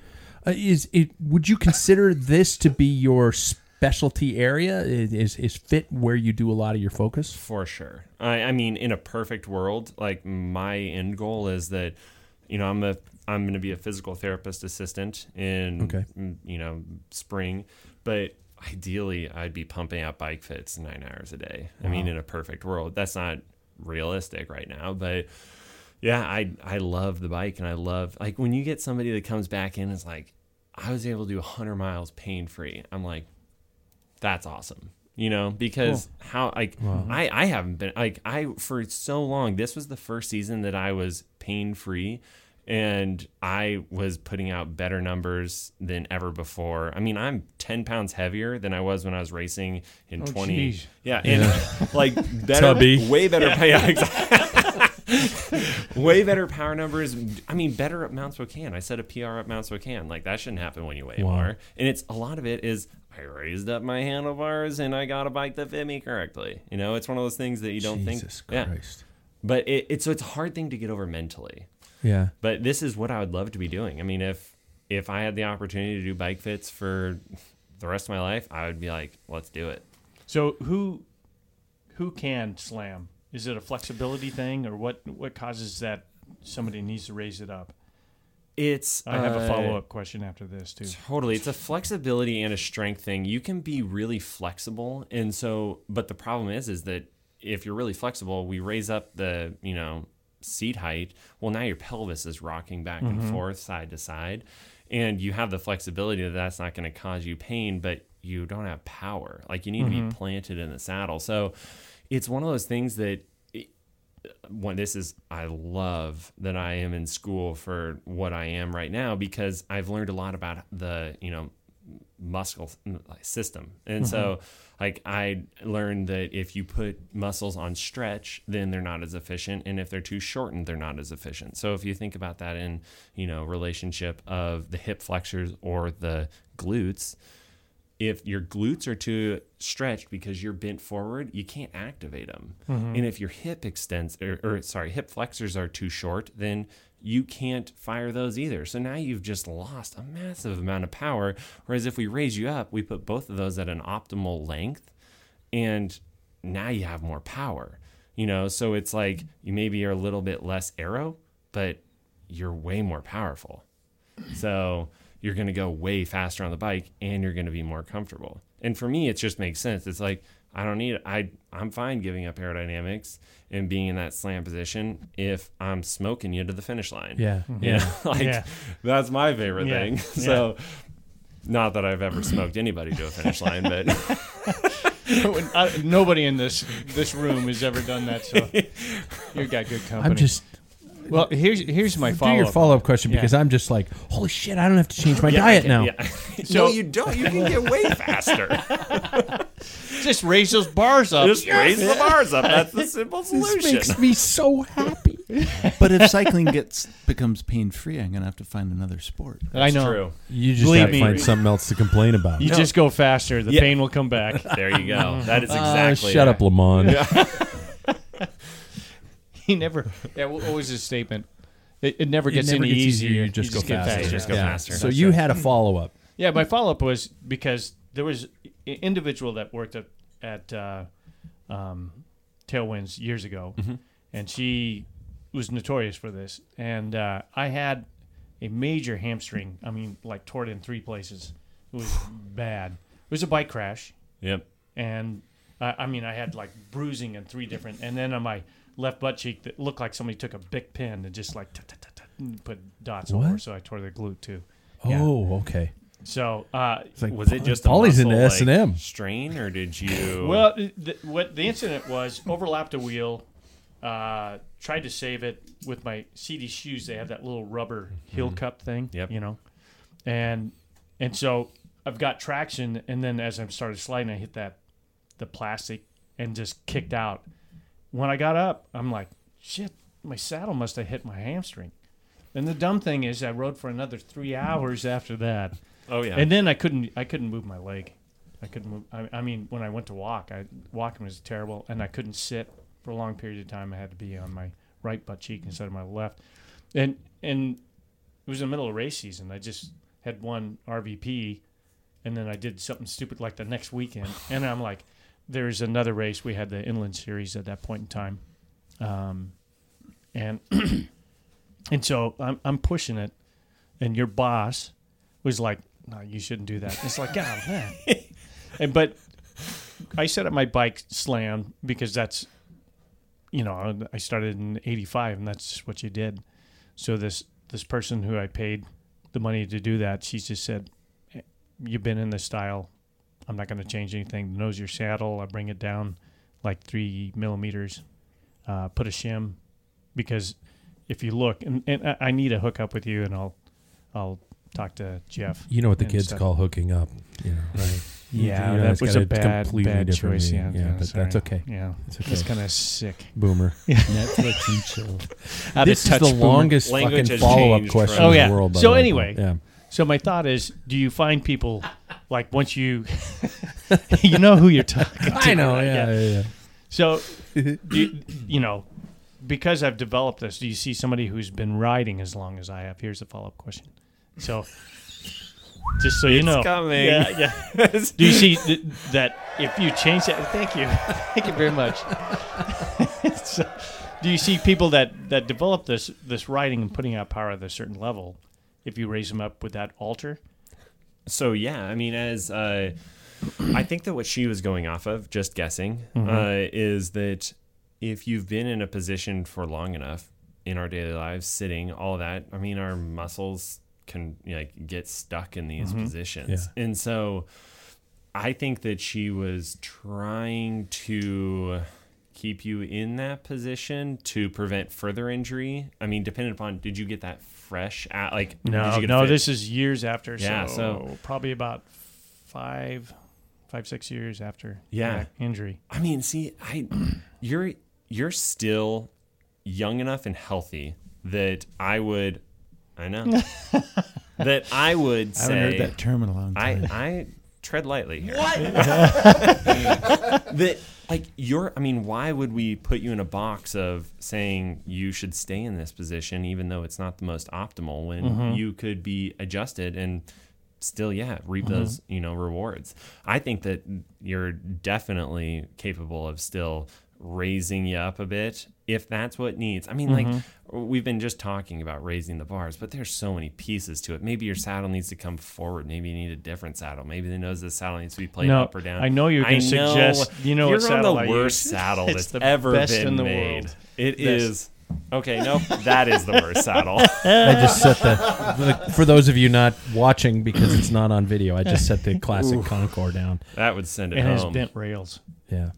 Uh, is it? Would you consider this to be your specialty area? Is is, is fit where you do a lot of your focus? for sure. I, I mean, in a perfect world, like my end goal is that, you know, I'm a I'm going to be a physical therapist assistant in Okay. m- you know spring, but ideally I'd be pumping out bike fits nine hours a day. I mean, in a perfect world, that's not realistic right now, but yeah, I I love the bike and I love like when you get somebody that comes back in and is like, I was able to do 100 miles pain free. I'm like, that's awesome. You know, because how like I I haven't been like I for so long. This was the first season that I was pain free, and I was putting out better numbers than ever before. I mean, I'm 10 pounds heavier than I was when I was racing in 20. geez. Oh, Yeah, and like better, Tubby. way better. Yeah, exactly. way better power numbers. I mean, better at Mount Spokane. I set a PR at Mount Spokane. Like that shouldn't happen when you weigh Wow. more. And it's a lot of it is I raised up my handlebars and I got a bike that fit me correctly. You know, it's one of those things that you don't Jesus think. Yeah, Christ. but it, it's so it's a hard thing to get over mentally. Yeah. But this is what I would love to be doing. I mean, if if I had the opportunity to do bike fits for the rest of my life, I would be like, let's do it. So who who can slam? Is it a flexibility thing, or what? What causes that somebody needs to raise it up? It's I have a uh, follow up question after this too. Totally. It's a flexibility and a strength thing. You can be really flexible. And so, but the problem is, is that if you're really flexible, we raise up the, you know, seat height. Well, now your pelvis is rocking back and forth, side to side. And you have the flexibility that that's not going to cause you pain, but you don't have power. Like you need to be planted in the saddle. So it's one of those things that when this is I love that I am in school for what I am right now because I've learned a lot about the you know muscle system and so like I learned that if you put muscles on stretch then they're not as efficient and if they're too shortened they're not as efficient so if you think about that in you know relationship of the hip flexors or the glutes if your glutes are too stretched because you're bent forward, you can't activate them. And if your hip extends or, or sorry, hip flexors are too short, then you can't fire those either. So now you've just lost a massive amount of power. Whereas if we raise you up, we put both of those at an optimal length and now you have more power. You know, so it's like you maybe are a little bit less arrow, but you're way more powerful. So you're going to go way faster on the bike and you're going to be more comfortable. And for me, it just makes sense. It's like, I don't need it. I, I'm fine giving up aerodynamics and being in that slam position if I'm smoking you to the finish line. Yeah. You know, like Yeah. that's my favorite Yeah. thing. Yeah. So, not that I've ever smoked anybody to a finish line, but. I, nobody in this this room has ever done that, so you got good company. I'm just well. Here's here's my do your follow-up. follow up question Yeah. because I'm just like, holy shit, I don't have to change my diet now. Yeah. So- no, you don't. You can get way faster. Just raise those bars up. Just raise the bars up. That's the simple This solution. makes me so happy. But if cycling gets becomes pain free, I'm gonna have to find another sport. I know. True. You just Believe gotta me. find something else to complain about. You just go faster. The Yeah. pain will come back. There you go. That is Ah, exactly. shut it. up, Lamont. he never. Yeah. Well, what was his statement? It, it never It gets never any gets easier. You just go get faster. Just go Yeah. faster. Mm. So That's you right. had a follow up. Yeah, my follow up was because there was an individual that worked at, at uh, um, Tailwinds years ago, Mm-hmm. and she was notorious for this. And uh, I had a major hamstring. I mean, like tore it in three places. It was bad. It was a bike crash, Yep. and uh, I mean, I had like bruising in three different, and then on my left butt cheek that looked like somebody took a big pin and just like tut, tut, tut, tut, and put dots over. What? So I tore the glute too. Yeah. Oh, okay. So uh, like, Was it just a Polly's muscle, into like, S&M. strain, or did you? Well, the, what the incident was overlapped a wheel, uh, tried to save it with my CD shoes. They have that little rubber Mm-hmm. heel cup thing, Yep. you know, and and so I've got traction, and then as I started sliding, I hit that the plastic and just kicked out. When I got up, I'm like, shit, my saddle must have hit my hamstring. And the dumb thing is, I rode for another three hours after that. oh yeah. And then I couldn't I couldn't move my leg. I couldn't move. I, I mean, when I went to walk, I walking was terrible, and I couldn't sit for a long period of time. I had to be on my right butt cheek instead of my left, and and it was in the middle of race season. I just had one RVP, and then I did something stupid like the next weekend, and I'm like, there's another race. We had the inland series at that point in time, um, and and so I'm I'm pushing it, and your boss was like, "No, you shouldn't do that." It's like, God, man. and but I set up my bike slam because that's, you know, I started in '85, and that's just what you did. So this this person who I paid the money to do that, she just said, "Eh, "You've been in this style. I'm not going to change anything. Nose your saddle. I bring it down like three millimeters. Uh, put a shim because if you look, and, and I- I need a hookup with you, and I'll I'll talk to Jeff. You know what the and kids stuff. call hooking up. You know, right? Yeah, You know, that it's was got a bad, completely bad different choice. Yeah, meaning. yeah, but sorry. that's okay. Yeah, It's that's okay. kind of sick. Boomer. Netflix and chill. Out this of touch is the boomer. longest Language fucking has follow up changed question from- Oh, in yeah. the world. by So the way. anyway. yeah. So my thought is, do you find people like once you, you know who you're talking to? I know. right? Yeah, yeah, yeah. So, do you, you know, because I've developed this, do you see somebody who's been riding as long as I have? Here's a follow up question. So, just so you know, coming. Yeah, yeah. do you see th- that if you change that? Thank you, thank you very much. So, do you see people that that develop this this riding and putting out power at a certain level? If you raise them up, would that alter? so yeah, I mean, as uh, I think that what she was going off of, just guessing, Mm-hmm. uh, is that if you've been in a position for long enough in our daily lives, sitting, all that, I mean, our muscles can like get stuck in Mm-hmm. these positions, and so I think that she was trying to keep you in that position to prevent further injury. I mean, depending upon did you get that fresh at like did No, you get a no, fit? this is years after. Yeah, so, so- probably about five, five, six years after. Yeah. that injury. I mean, see, I you're you're still young enough and healthy that I would I know that I would I haven't say heard that term in a long I time. I tread lightly here. What? that like you're I mean, why would we put you in a box of saying you should stay in this position even though it's not the most optimal when you could be adjusted and still yeah reap those you know rewards i think that you're definitely capable of still raising you up a bit if that's what needs i mean like we've been just talking about raising the bars but there's so many pieces to it maybe your saddle needs to come forward maybe you need a different saddle maybe the nose of the saddle needs to be played No, up or down I know you're I gonna suggest- you know what you're saddle I on the worst use. saddle It's that's the ever best been in the made world. It Best. is okay no that is the worst saddle I just set the, for those of you not watching because it's not on video. I just set the classic Concord down. that would send it And has home bent rails. Yeah. Um,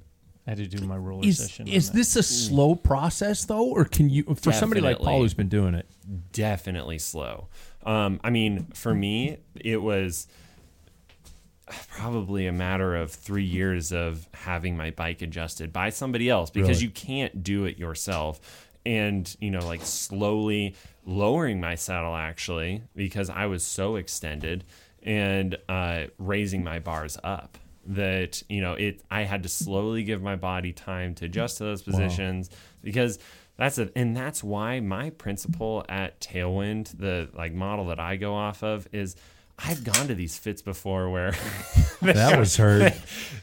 I had to do my roller Is session. on is that. this a slow process though, or can you for somebody like Paul Definitely. who's been doing it? definitely slow. Um, I mean, for me, it was probably a matter of three years of having my bike adjusted by somebody else because Really? you can't do it yourself. And, you know, like slowly lowering my saddle actually because I was so extended and uh, raising my bars up that, you know, it I had to slowly give my body time to adjust to those positions because that's it and that's why my principle at tailwind the like model that i go off of is i've gone to these fits before where That was heard.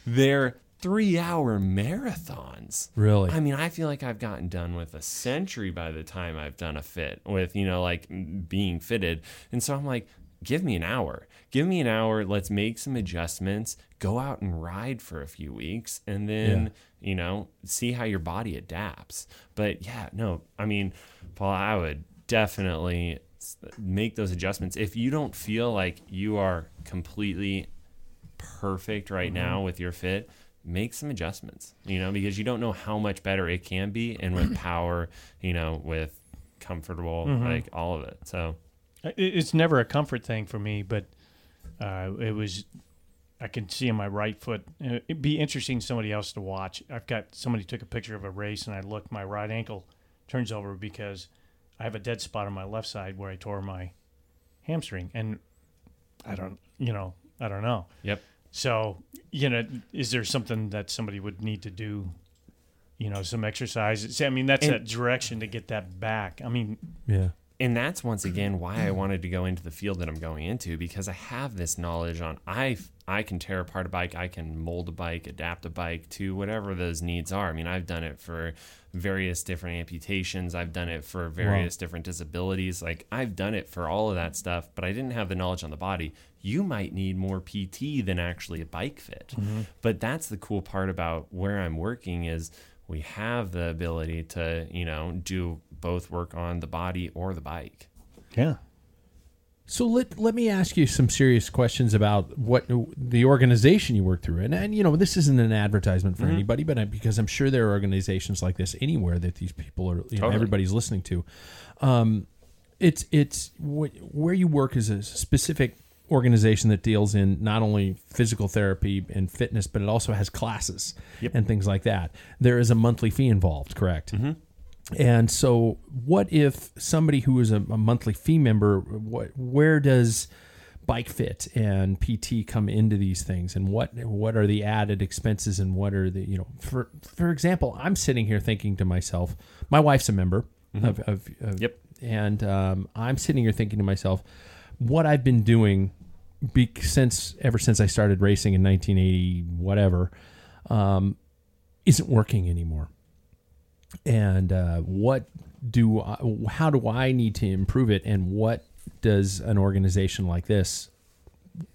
they're three hour marathons Really? i mean i feel like i've gotten done with a century by the time i've done a fit with you know like m- being fitted and so i'm like give me an hour give me an hour let's make some adjustments go out and ride for a few weeks and then you know see how your body adapts but yeah no i mean paul i would definitely s- make those adjustments if you don't feel like you are completely perfect right now with your fit, make some adjustments, you know, because you don't know how much better it can be. And with power, you know, with comfortable, like all of it. So, I- it- It's never a comfort thing for me, but uh, it was. I can see in my right foot. uh, It'd be interesting somebody else to watch. I've got somebody took a picture of a race, and I look. My right ankle turns over because I have a dead spot on my left side where I tore my hamstring, and I don't. You know, I don't know. yep. So, you know, is there something that somebody would need to do? You know, some exercises. I mean, that's And- that direction to get that back. I mean, Yeah. and that's once again why I wanted to go into the field that I'm going into because I have this knowledge on I I can tear apart a bike, I can mold a bike, adapt a bike to whatever those needs are. I mean, I've done it for various different amputations, I've done it for various different disabilities. Like I've done it for all of that stuff, but I didn't have the knowledge on the body. You might need more PT than actually a bike fit. But that's the cool part about where I'm working is we have the ability to, you know, do both work on the body or the bike. yeah. So let let me ask you some serious questions about what the organization you work through, and and you know this isn't an advertisement for anybody, but I, because I'm sure there are organizations like this anywhere that these people are, you know, Totally. everybody's listening to. Um, it's it's wh- where you work is a specific organization that deals in not only physical therapy and fitness, but it also has classes and things like that. There is a monthly fee involved, correct? And so, what if somebody who is a, a monthly fee member, what, where does Bike Fit and PT come into these things, and what what are the added expenses, and what are the you know, for for example, I'm sitting here thinking to myself, my wife's a member of, of, of Yep. and um, I'm sitting here thinking to myself, what I've been doing be, since ever since I started racing in 1980, whatever, um, isn't working anymore and uh, what do I, how do I need to improve it, and what does an organization like this,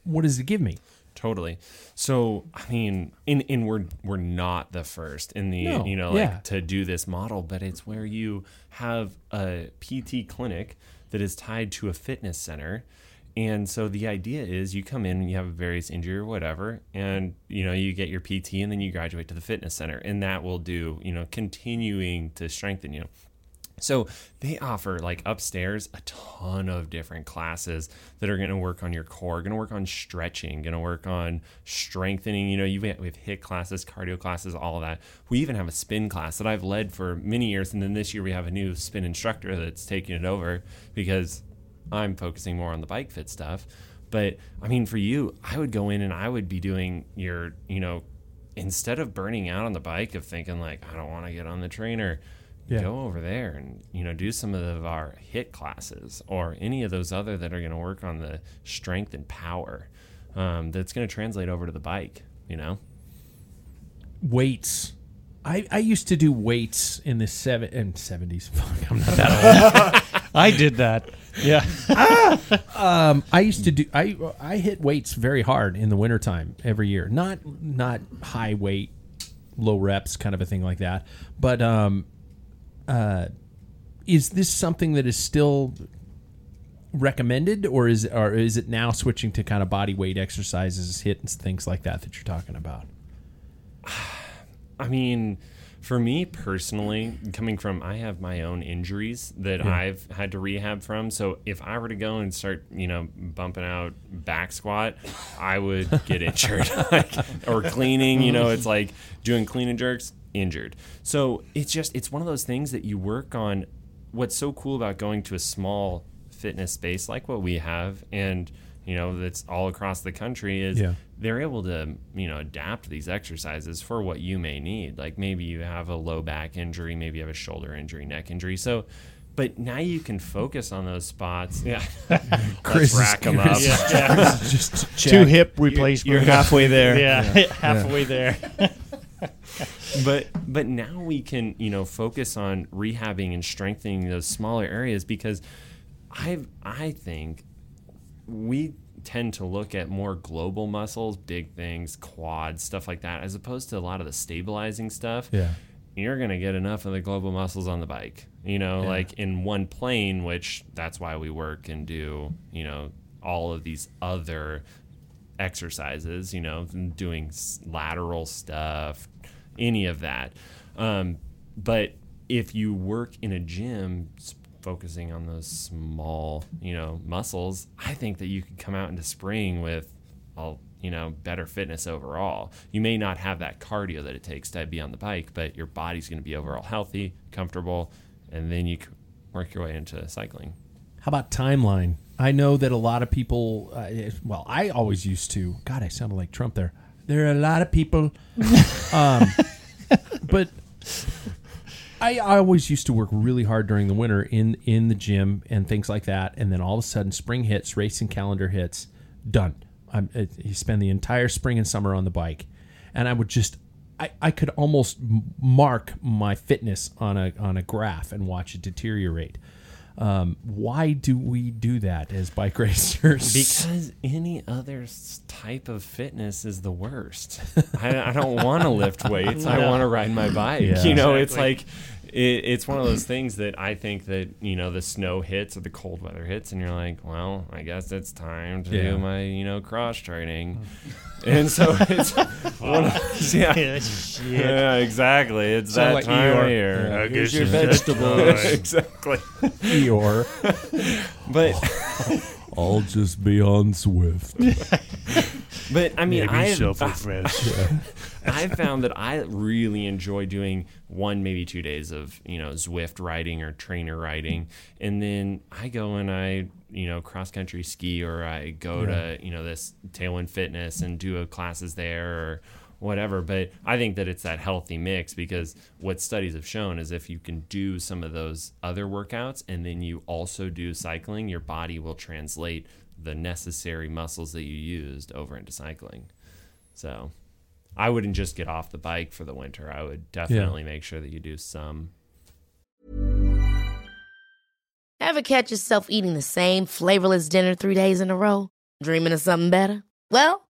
what does it give me? Totally. So I mean, in in we're we're not the first in the No, you know like yeah. to do this model, but it's where you have a PT clinic that is tied to a fitness center, And so the idea is you come in and you have a various injury or whatever, and you know, you get your PT and then you graduate to the fitness center. And that will do, you know, continuing to strengthen you. So they offer like upstairs a ton of different classes that are going to work on your core, going to work on stretching, going to work on strengthening. You know, you we have hit classes, cardio classes, all of that. We even have a spin class that I've led for many years, and then this year we have a new spin instructor that's taking it over because I'm focusing more on the bike fit stuff. But I mean, for you, I would go in and I would be doing your, you know, instead of burning out on the bike of thinking like I don't want to get on the trainer, Yeah. go over there and you know do some of our hit classes or any of those other that are going to work on the strength and power um, that's going to translate over to the bike. You know, weights. I, I used to do weights in the seven and seventies. Fuck, I'm not that old. I did that. Yeah. um, I used to do. I I hit weights very hard in the wintertime every year. Not not high weight, low reps kind of a thing like that. But um, uh, is this something that is still recommended, or is or is it now switching to kind of body weight exercises, hit and things like that that you're talking about? I mean, for me personally, coming from I have my own injuries that Yeah. I've had to rehab from. So if I were to go and start, you know, bumping out back squat, I would get injured. like, or cleaning, you know, it's like doing clean and jerks, injured. So it's just it's one of those things that you work on. What's so cool about going to a small fitness space like what we have and you know that's all across the country is Yeah. they're able to you know adapt these exercises for what you may need like maybe you have a low back injury maybe you have a shoulder injury neck injury so but now you can focus on those spots yeah let's Chris is- rack them up Chris yeah. is- Chris is just Two hip replacements. You're halfway there. Yeah, halfway there. but but now we can you know focus on rehabbing and strengthening those smaller areas because i i think we tend to look at more global muscles big things quads stuff like that as opposed to a lot of the stabilizing stuff Yeah. you're going to get enough of the global muscles on the bike you know like in one plane which that's why we work and do you know all of these other exercises, you know, doing s- lateral stuff, any of that. Um, but if you work in a gym s- focusing on those small, you know, muscles, I think that you could come out into spring with all, you know, better fitness overall. You may not have that cardio that it takes to be on the bike, but your body's going to be overall healthy, comfortable, and then you c- work your way into cycling. How about timeline? I know that a lot of people. Uh, well, I always used to. God, I sounded like Trump there. There are a lot of people, um, but I, I always used to work really hard during the winter in in the gym and things like that. And then all of a sudden, spring hits, racing calendar hits, done. I'm, it, you spend the entire spring and summer on the bike, and I would just. I, I could almost m- mark my fitness on a on a graph and watch it deteriorate. Um, why do we do that as bike racers? Because any other s- type of fitness is the worst. I, I don't want to lift weights. I want to ride my bike. Yeah. You know, it's like it, it's one of those things that I think that you know the snow hits or the cold weather hits, and you're like, well, I guess it's time to Yeah. do my you know cross training. and so it's one of those- yeah. Shit. Yeah, exactly. It's Sound that like time Eeyore. of year. Yeah. I Here's guess your it's that vegetables. time. exactly. Eeyore. But I'll just be on Swift. but I mean, I fresh. I found that I really enjoy doing one, maybe two days of you know Zwift riding or trainer riding, and then I go and I you know cross country ski or I go to you know this Tailwind Fitness and do a classes there or whatever. But I think that it's that healthy mix because what studies have shown is if you can do some of those other workouts and then you also do cycling, your body will translate the necessary muscles that you used over into cycling. So I wouldn't just get off the bike for the winter. I would definitely make sure that you do some. Ever catch yourself eating the same flavorless dinner three days in a row? Dreaming of something better? Well,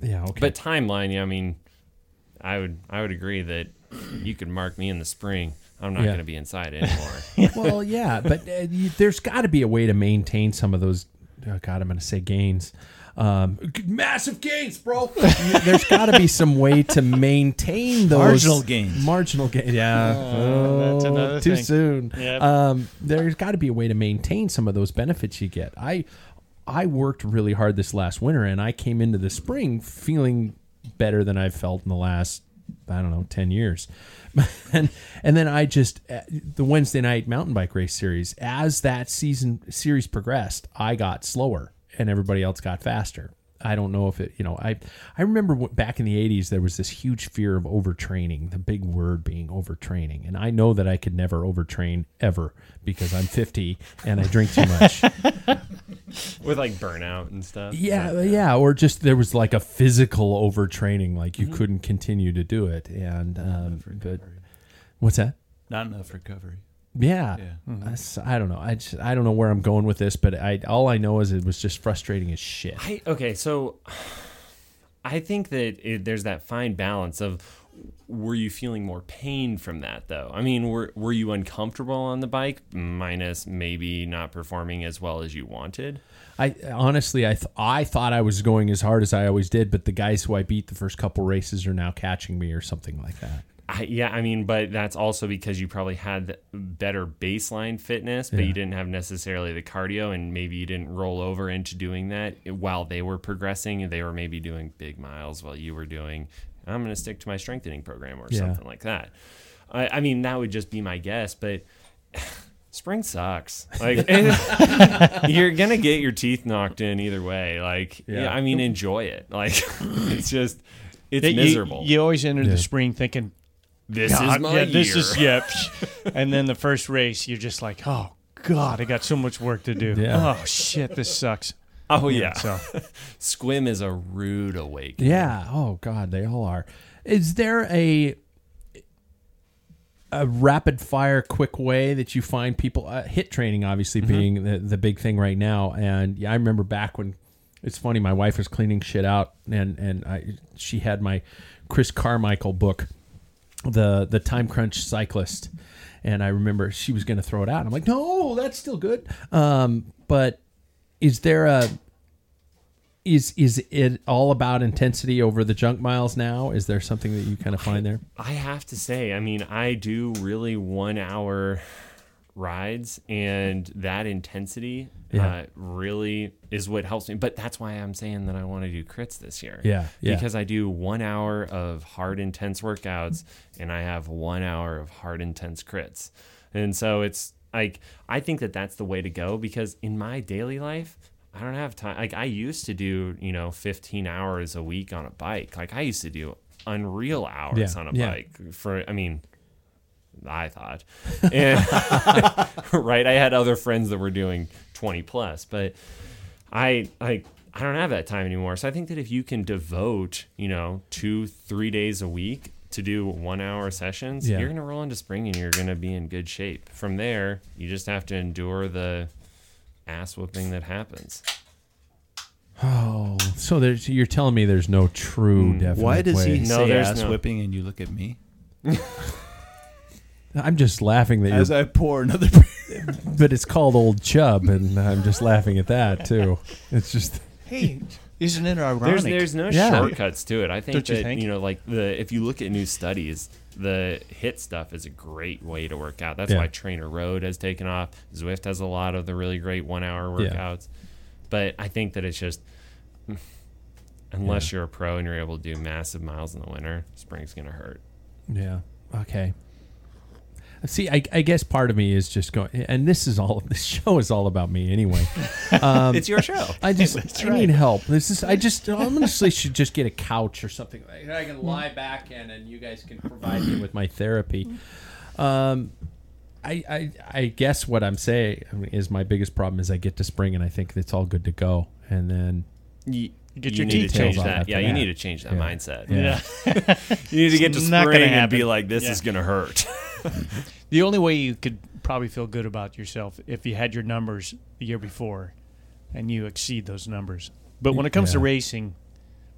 yeah, okay. But timeline, yeah, I mean, I would I would agree that you could mark me in the spring. I'm not Yeah. going to be inside anymore. well, yeah, but uh, you, there's got to be a way to maintain some of those. Oh God, I'm going to say gains. Um, g- massive gains, bro. You- there's got to be some way to maintain those Marginal gains. Marginal gains. Yeah. Oh, that's Oh, another too thing. soon. Yep. Um, there's got to be a way to maintain some of those benefits you get. I I worked really hard this last winter, and I came into the spring feeling better than I've felt in the last I don't know ten years. and and then I just uh, the Wednesday night mountain bike race series. As that season series progressed, I got slower, and everybody else got faster. I don't know if it, you know, I I remember wh- back in the 80s there was this huge fear of overtraining, the big word being overtraining. And I know that I could never overtrain ever because I'm 50 and I drink too much. With like burnout and stuff. yeah, yeah, or just there was like a physical overtraining like you Mm-hmm. couldn't continue to do it and um but what's that? Not enough recovery. Mm-hmm. Yeah. That's- I don't know. I just, I don't know where I'm going with this, but I all I know is it was just frustrating as shit. I okay, so I think that it, there's that fine balance of were you feeling more pain from that though? I mean, were were you uncomfortable on the bike minus maybe not performing as well as you wanted? I honestly, I th- I thought I was going as hard as I always did, but the guys who I beat the first couple races are now catching me or something like that. I, yeah, I mean, but that's also because you probably had the better baseline fitness, but you didn't have necessarily the cardio, and maybe you didn't roll over into doing that while they were progressing. They were maybe doing big miles while you were doing, I'm going to stick to my strengthening program or Yeah. something like that. I, I mean, that would just be my guess, but spring sucks. Like, you're going to get your teeth knocked in either way. Like, yeah. I mean, enjoy it. Like, it's just, it's Yeah, you- miserable. You, always enter the spring thinking, this "God, is my yeah, this year. is yep. and then the first race, you're just like, oh god, I got so much work to do. Yeah. Oh shit, this sucks. Oh You know, yeah. so Squim is a rude awakening. Yeah. Oh God, they all are. Is there a a rapid fire, quick way that you find people uh, hit training? Obviously, being the, the big thing right now. And yeah, I remember back when it's funny. My wife was cleaning shit out, and and I she had my Chris Carmichael book, the the time crunch cyclist. And I remember she was going to throw it out. I'm like, no, that's still good. Um, but is there a is is it all about intensity over the junk miles now? Is there something that you kind of find there? I have to say, I mean, I do really one hour rides and that intensity uh, really is what helps me. But that's why I'm saying that I want to do crits this year. Yeah, yeah. Because I do one hour of hard, intense workouts and I have one hour of hard, intense crits. And so it's like, I think that that's the way to go because in my daily life, I don't have time. Like, I used to do, you know, 15 hours a week on a bike. Like, I used to do unreal hours Yeah, on a yeah. bike for, I mean, I thought. And, right? I had other friends that were doing 20 plus, but I like I don't have that time anymore. So I think that if you can devote, you know, 2 3 days a week to do 1 hour sessions, Yeah. you're going to roll into spring and you're going to be in good shape. From there, you just have to endure the ass whooping that happens. Oh, so there's you're telling me there's no true definite Hmm. Why does way. he No, say there's ass no- whipping and you look at me I'm just laughing that as you're, I pour another? but it's called old chub, and I'm just laughing at that too. It's just hey, isn't it ironic? There's there's no Yeah. shortcuts to it. I think Don't you that you, think? know, like the if you look at new studies, the hit stuff is a great way to work out. That's Yeah. why Trainer Road has taken off. Zwift has a lot of the really great one hour Yeah. workouts. But I think that it's just Unless you're a pro and you're able to do massive miles in the winter, spring's gonna hurt. Yeah. Okay. See, I, I guess part of me is just going, and this is all. This show is all about me anyway. Um, It's your show. I just I need help. This is. I just honestly should just get a couch or something. like that. I can Mm. lie back and and you guys can provide me with my therapy. Um, I, I I guess what I'm saying is my biggest problem is I get to spring and I think it's all good to go, and then You, Get you your need teeth to change tailed off that. after Yeah, you that. need to change that Yeah. mindset. Yeah. You need to get to It's not gonna spring and be happen. like, this Yeah. is gonna hurt. The only way you could probably feel good about yourself if you had your numbers the year before and you exceed those numbers. But when it comes to Yeah. racing,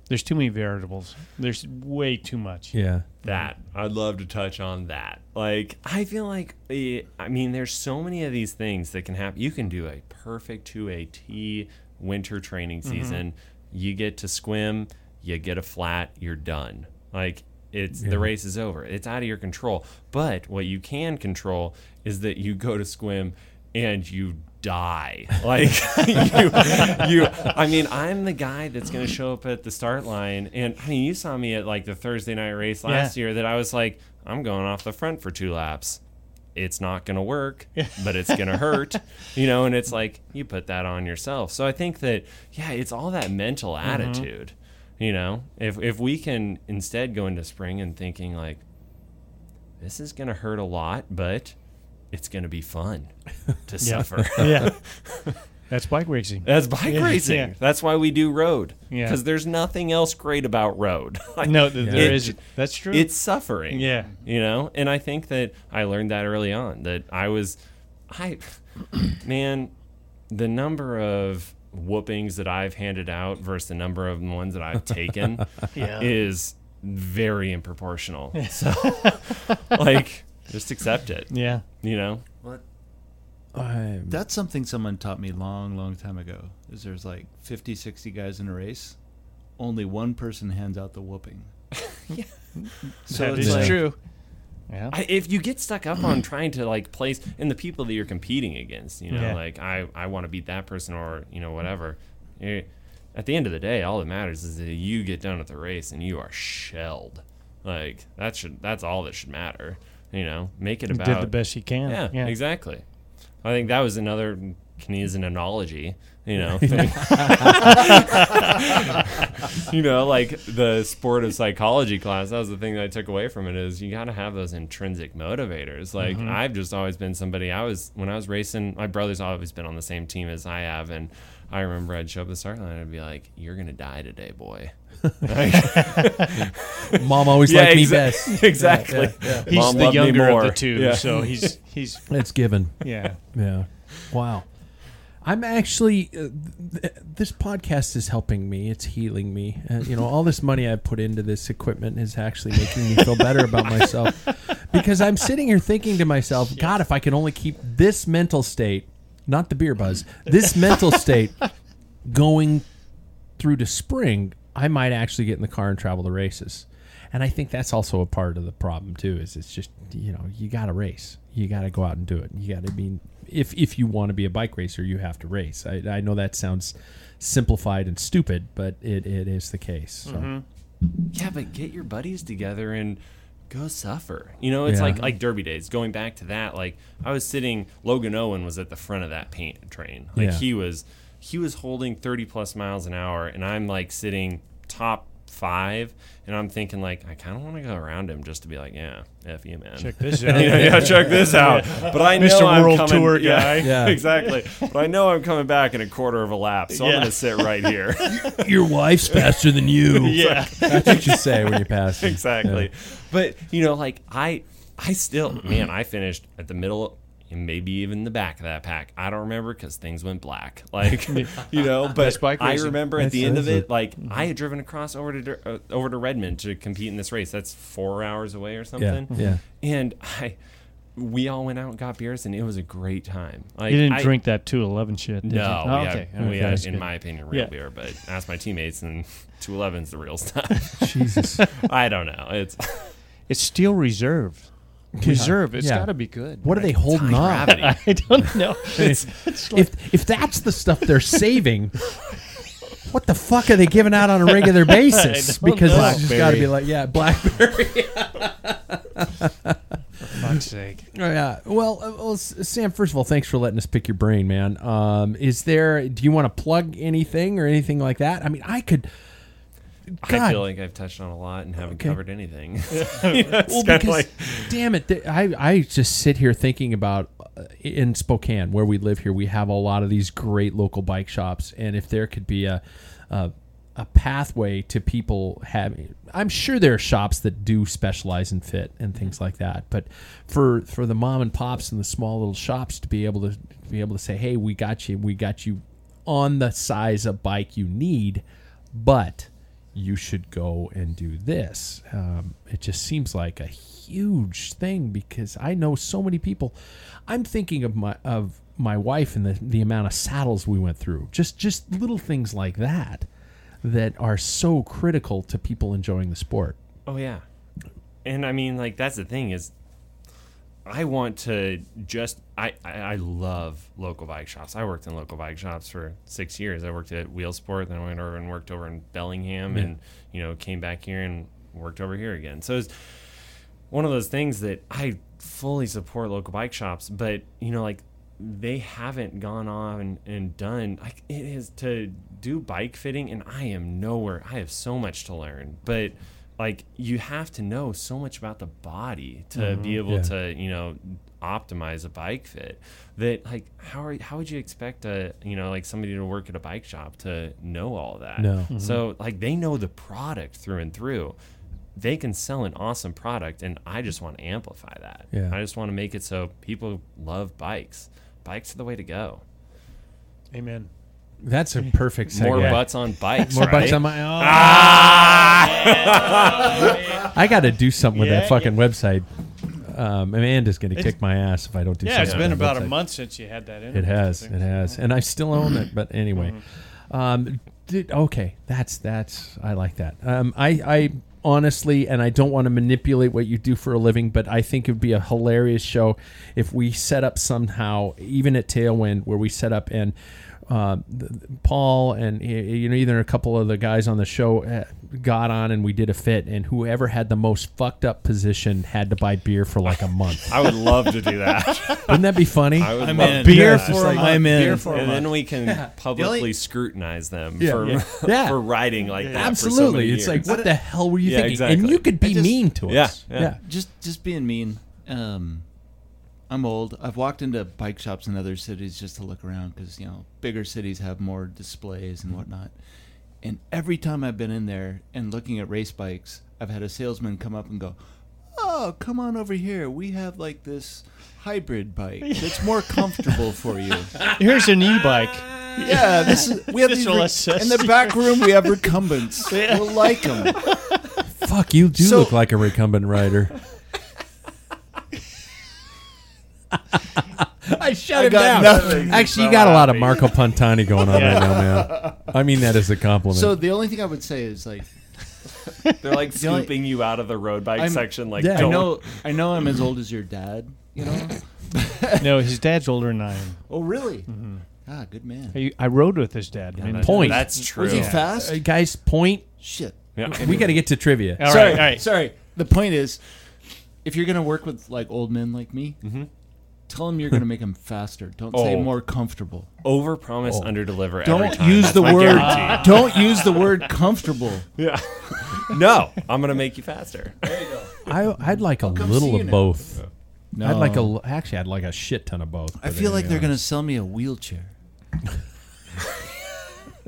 there's too many variables. There's way too much. yeah, that i'd love to touch on that like i feel like eh, i mean there's so many of these things that can happen you can do a perfect to a t winter training season you get to swim you get a flat you're done like it's the race is over it's out of your control but what you can control is that you go to swim and you die like you, you i mean i'm the guy that's going to show up at the start line and i mean you saw me at like the thursday night race last year that i was like i'm going off the front for two laps it's not going to work but it's going to hurt you know and it's like you put that on yourself so i think that yeah it's all that mental attitude you know if if we can instead go into spring and thinking like this is going to hurt a lot but it's going to be fun to suffer yeah. That's bike racing. that's bike racing. yeah. That's why we do road. Yeah. Because there's nothing else great about road. Like, No, th- there it- is. That's true. It's suffering. Yeah. You know? And I think that I learned that early on that I was, I, man, the number of whoopings that I've handed out versus the number of ones that I've taken Yeah. is very improportional. So, like, just accept it. yeah. You know? I'm- That's something someone taught me long, long time ago. Is there's like 50, 60 guys in a race, only one person hands out the whooping. So That it's is like- true. Yeah. I, if you get stuck up on trying to like place and the people that you're competing against, you know, Yeah. like I, I want to beat that person or you know whatever. eh, At the end of the day, all that matters is that you get done with the race and you are shelled. Like that should that's all that should matter. You know, make it You about did the best you can. Yeah, yeah. exactly. I think that was another Kinesian analogy. You know, you know, like the sport of psychology class, that was the thing that I took away from it is you got to have those intrinsic motivators. Like I've just always been somebody I was when I was racing, my brother's always been on the same team as I have and I remember I'd show up at the start line and I'd be like, "You're gonna die today, boy." Mom always liked me exa- best. exactly. He's Mom the loved me younger of the more. two, Yeah. so he's he's It's given. yeah. Yeah. Wow. I'm actually uh, th- this podcast is helping me. It's healing me. Uh, you know, all this money I put into this equipment is actually making me feel better about myself because I'm sitting here thinking to myself, God, if I can only keep this mental state, not the beer buzz, this mental state going through to spring, I might actually get in the car and travel the races. And I think that's also a part of the problem too. Is it's just you know you got to race, you got to go out and do it. You got to be if if you want to be a bike racer, you have to race. I, I know that sounds simplified and stupid, but it, it is the case. So. Mm-hmm. Yeah, but get your buddies together and go suffer. You know, it's Yeah. like like Derby days. Going back to that, like I was sitting. Logan Owen was at the front of that paint train. Like Yeah. he was, he was holding thirty plus miles an hour, and I'm like sitting top five, and I'm thinking like I kind of want to go around him just to be like, yeah, f you, man. Check this out. You know, yeah, check this out. But I know Mr. I'm World coming, Tour yeah, guy. Yeah. exactly. But I know I'm coming back in a quarter of a lap, so I'm Yeah. gonna sit right here. Your wife's faster than you. Yeah. That's what you say when you pass. exactly. But you know, like I, I still, man, I finished at the middle. And maybe even the back of that pack. I don't remember because things went black. Like, you know, but bike I racing. Mm-hmm. remember at That's- the end that's of it. it, like, I had driven across over to Der- uh, over to Redmond to compete in this race. That's four hours away or something. yeah. And I, we all went out and got beers, and it was a great time. Like, You didn't I- drink that 211 shit. Did no, You? Oh, we okay. had, we Okay, had that's in good. my opinion, real Yeah. beer. But ask my teammates, and 211's the real stuff. Jesus. I don't know. It's It's steel reserve. Reserve. It's Yeah. got to be good. What are they holding on? gravity. I don't know. It's, if if that's the stuff they're saving, What the fuck are they giving out on a regular basis? I don't Because know. it's just got to be like, yeah, BlackBerry. fuck's sake. Oh, yeah. Well, uh, well, S- Sam. First of all, thanks for letting us pick your brain, man. Um, is there? Do you want to plug anything or anything like that? I mean, I could. I God. feel like I've touched on a lot and haven't Okay. covered anything. well, kinda because like- damn it, th- I I just sit here thinking about uh, in Spokane where we live here, we have a lot of these great local bike shops, and if there could be a a, a pathway to people having, I'm sure there are shops that do specialize in fit and things like that, but for for the mom and pops and the small little shops to be able to, to be able to say, hey, we got you, we got you on the size of bike you need, but you should go and do this. Um, it just seems like a huge thing because I know so many people. I'm thinking of my of my wife and the, the amount of saddles we went through. Just just little things like that that are so critical to people enjoying the sport. Oh yeah. And I mean like that's the thing is I want to just I, I I love local bike shops. I worked in local bike shops for six years. I worked at Wheelsport, then I went over and worked over in Bellingham and you know, came back here and worked over here again. So it's one of those things that I fully support local bike shops, but you know, like they haven't gone on and, and done like it is to do bike fitting and I am nowhere. I have so much to learn, but like you have to know so much about the body to be able Mm-hmm. yeah. to, you know, optimize a bike fit that like how are how would you expect a you know like somebody to work at a bike shop to know all that No. so like they know the product through and through they can sell an awesome product and i just want to amplify that Yeah. i just want to make it so people love bikes bikes are the way to go Amen. That's a perfect segue. more butts on bikes More right? bucks on my. Oh. I got to do something with Yeah, that fucking website. Um, Amanda's going to kick my ass if I don't do Yeah, something. it's with been that about a website. month since you had that in. It has. It has. And I still own it. But anyway, um, did, okay, that's that's I like that. Um, I I honestly, and I don't want to manipulate what you do for a living, but I think it'd be a hilarious show if we set up somehow, even at Tailwind, where we set up and. Uh, th- Paul and y- you know either a couple of the guys on the show uh, got on and we did a fit and whoever had the most fucked up position had to buy beer for like a month. i would love to do that Wouldn't that be funny? i would I'm love in. to do Beer that. for a month, I'm in. beer for a and month. then we can publicly scrutinize them for Yeah. for riding like that for so Absolutely. many it's like, years. what the hell were you Yeah, thinking? And exactly. you could be I just- mean to Yeah, us. yeah. just just being mean. Um, I'm old. I've walked into bike shops in other cities just to look around because you know bigger cities have more displays and whatnot. And every time I've been in there and looking at race bikes, I've had a salesman come up and go, "Oh, come on over here. We have like this hybrid bike that's more comfortable for you." Here's an e-bike. Yeah, this is we have This these will re- assist in the back room. We have recumbents. We'll like them. Fuck, you do So- look like a recumbent rider. I shut I him got down. nothing. Actually, you got a lot of Marco Pantani going on right now, man. I mean that as a compliment. So the only thing I would say is like they're like The only- scooping you out of the road bike I'm- section like Yeah. I I don't know I know I'm as old as your dad, you know? No, his dad's older than I am. Oh really? Ah, good man. I, I rode with his dad. many Point. Mm-hmm. that's true Was he fast? Uh, guys, point. Shit. Yeah. We got to get to trivia. All sorry, right, all right. sorry. The point is if you're gonna work with like old men like me, tell them you're gonna make them faster. Don't say Mm-hmm. Oh. more comfortable. over promise Oh. under deliver every Don't time. use That's the my word. guarantee. Don't use the word comfortable. no i'm gonna make you faster I, I'd like a come see little you of now. both. No. I'd like a l- actually. I'd like a shit ton of both. Um, I feel like they're gonna sell me a wheelchair.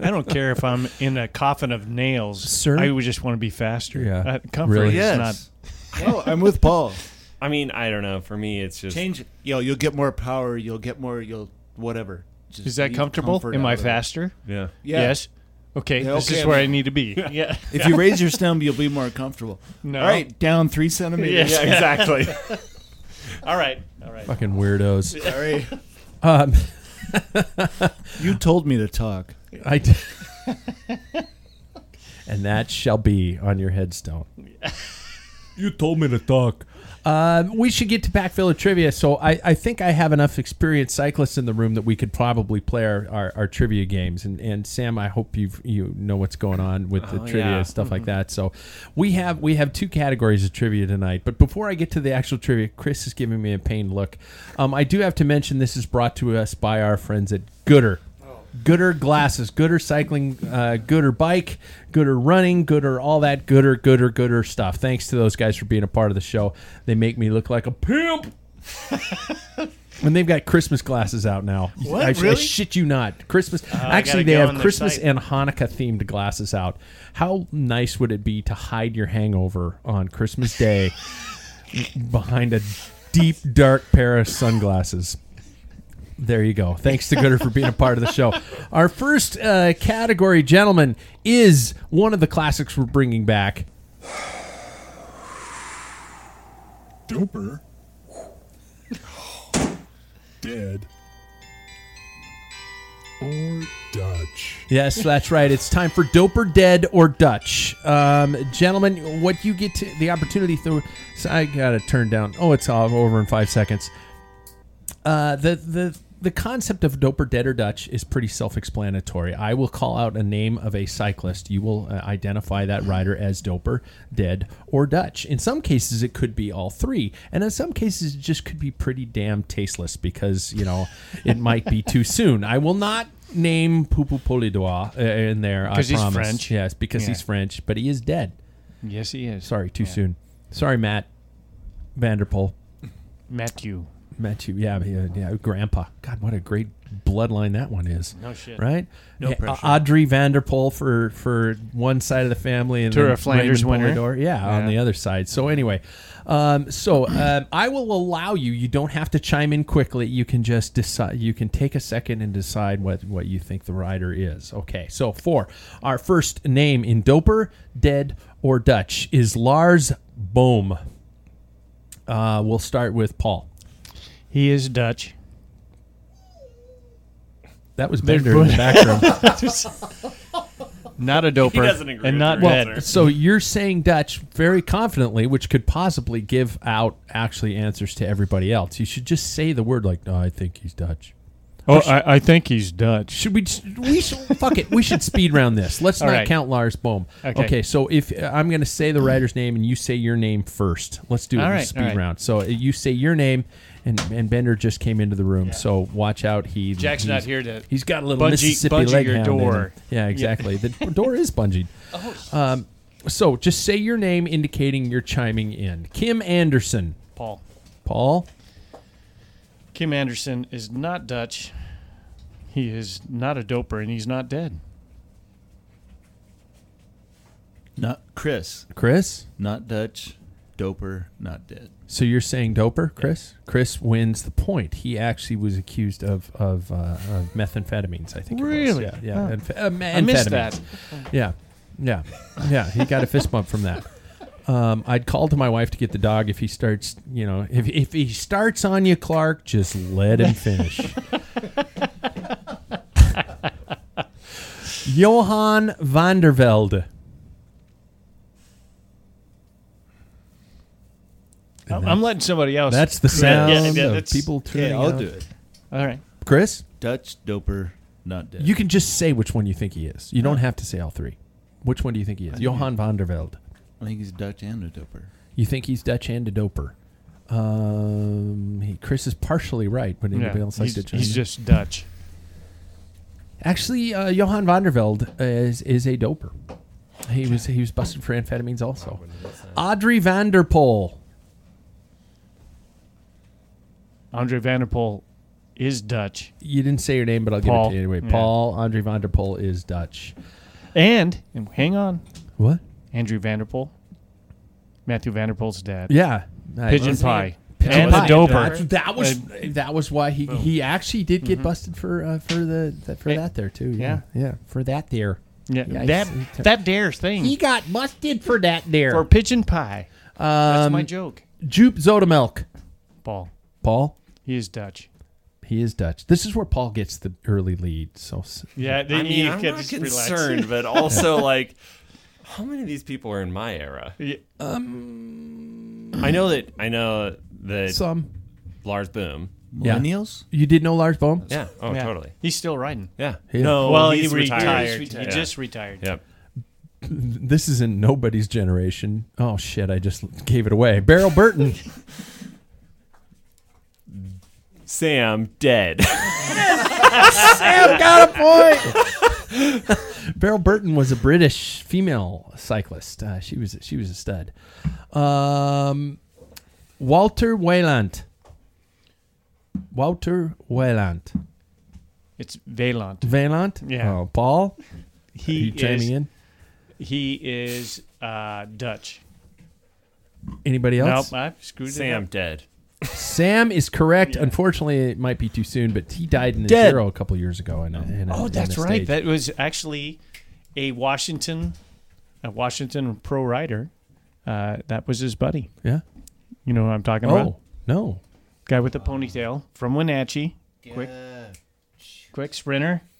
I don't care if I'm in a coffin of nails. Sir? I would just want to be faster. Yeah. Uh, comfort Really? is Yes. not. oh, I'm with Paul. i mean i don't know for me it's just Change it. Yo, you'll get more power, you'll get more you'll whatever. Just Is that leave comfortable? comfort Am out I of it. faster? yeah Yeah. Yes. Okay, Yeah, this okay, is I'm- where I need to be. Yeah. If you raise your stem, you'll be more comfortable. No. All right, down three centimeters. Yeah. exactly All right. All right. fucking weirdos. Sorry. Um, You told me to talk. I d- and that shall be on your headstone. you told me to talk. Uh, we should get to backfill of trivia. So I, I think I have enough experienced cyclists in the room that we could probably play our, our, our trivia games. And, and Sam, I hope you you know what's going on with the Oh, trivia yeah. and stuff like that. So we have we have two categories of trivia tonight. But before I get to the actual trivia, Chris is giving me a pained look. Um, I do have to mention this is brought to us by our friends at Gooder. Oh, Gooder glasses, Gooder cycling, uh, Gooder bike, Gooder running, Gooder all that Gooder, Gooder, Gooder stuff. Thanks to those guys for being a part of the show. They make me look like a pimp. and they've got Christmas glasses out now. What? I, I Really? shit you not. Christmas. Uh, I gotta actually, they go have on their Christmas site. and Hanukkah themed glasses out. How nice would it be to hide your hangover on Christmas Day behind a deep, dark pair of sunglasses? There you go. Thanks to Gooder for being a part of the show. Our first uh, category, gentlemen, is one of the classics we're bringing back. Doper. Dead. Or Dutch. Yes, that's right. It's time for Doper Dead or Dutch. Um, gentlemen, what you get to the opportunity through. So I got to turn down. Oh, it's all over in five seconds. Uh, the the the concept of dope or dead or Dutch is pretty self-explanatory. I will call out a name of a cyclist. You will uh, identify Mm-hmm. that rider as doper, dead, or Dutch. In some cases, it could be all three, and in some cases, it just could be pretty damn tasteless because you know it might be too soon. I will not name Poupou Polidois uh, in there. I 'Cause he's promise. French. Yes, because he's Yeah. French, but he is dead. Yes, he is. Sorry, too Yeah. soon. Sorry, Matt Vanderpool. Matthew. Matthew, yeah, yeah, yeah, Grandpa. God, what a great bloodline that one is. No shit. right? No yeah, pressure. Audrey Vanderpool for for one side of the family, and Tour then of Flanders Raymond winner. Polydor, yeah, on Yeah. the other side. So anyway, um, so um, I will allow you. You don't have to chime in quickly. You can just decide. You can take a second and decide what what you think the rider is. Okay, so for our first name in Doper, Dead or Dutch is Lars Bohm. Uh, we'll start with Paul. He is Dutch. That was They're Bender in the both- background. Not a doper. He doesn't agree and with not the dead. answer. So you're saying Dutch very confidently, which could possibly give out actually answers to everybody else. You should just say the word like, "No, I think he's Dutch." Oh, I, I think he's Dutch. Should we? just- We should, fuck it. We should speed round this. Let's All not right. count Lars Bohm. Okay. So if I'm going to say the writer's name and you say your name first, let's do it All in right, the speed all right. round. So uh, you say your name, and, and Bender just came into the room. So watch out. He Jack's not he's- here to He's got a little bungee- Mississippi bungee leg your hound in him. door. Oh, Yeah, exactly. the door is bungeed. Um, so just say your name, indicating you're chiming in. Kim Anderson, Paul. Paul, Kim Anderson is not Dutch. He is not a doper, and he's not dead. Not Chris. Chris. Not Dutch. Doper. Not dead. So you're saying doper, Chris? Chris wins the point. He actually was accused of of, uh, of methamphetamines. I think. it was. Really? Yeah. yeah. Oh. amph- uh, ma- I missed amphetamines. that. Yeah, yeah, yeah. He got a fist bump from that. Um, I'd call to my wife to get the dog. If he starts, you know, if if he starts on you, Clark, just let him finish. Johan Vandervelde. I'm, I'm letting somebody else. That's the Yeah, sound yeah, yeah, of that's- people turning. Yeah, I'll out. do it. all right. Chris, Dutch. Doper. Not dead. you can just say which one you think he is. You don't have to say all three. Which one do you think he is? Johan Vandervelde. I think he's Dutch and a doper. You think he's Dutch and a doper. Um, he, Chris is partially right, but anybody Yeah, else like he's, to chime he's in? just Dutch. Actually, uh, Johan Vandervelde is is a doper. He was he was busted for amphetamines also. Audrey Vanderpool. Andre Vanderpool is Dutch, You didn't say your name, but I'll Paul. give it to you anyway. Yeah. Paul Andre Vanderpool is Dutch. and, and hang on, What? Andrew Vanderpool, Matthew Vanderpool's dad, Yeah. Nice. Pigeon Pie, Pigeon and pie. the doper. That's- That was that was why he, he actually did get busted for uh, for the that, for Mm-hmm. Hey. that there too. Yeah. yeah, for that there. Yeah, Yeah, that it's- that dare thing He got busted for that there. for pigeon pie. That's Um, my joke, Jupe Zodemelk. Paul. Paul, He is Dutch. he is Dutch. This is where Paul gets the early lead. So s- Yeah, I mean, I'm not concerned, but also like How many of these people are in my era? Um, I know that. I know that. Some. Lars Boom. Yeah. You did know Lars Bohm? Yeah. Oh, totally. He's still riding. Yeah. Yeah. No, well, he retired. He's He retired. just Yeah. retired. Yep. This is in nobody's generation. Oh shit! I just gave it away. Beryl Burton. Sam dead. Sam got a point. Beryl Burton was a British female cyclist. Uh, she was she was a stud. Um, Walter Weyland. Walter Weyland. It's Valant. Weyland. Yeah. Oh, Paul. He Are you chiming is- in? He is uh, Dutch. Anybody else? Nope, I screwed it Sam up. dead. Sam is correct. Unfortunately, it might be too soon, but he died in the Dead. zero a couple years ago. I know. Oh, that's right. That was actually a Washington, a Washington pro rider. Uh, that was his buddy. Yeah. You know what Um, I'm talking about? Oh, no. Guy with the ponytail from Wenatchee. Quick, quick sprinter.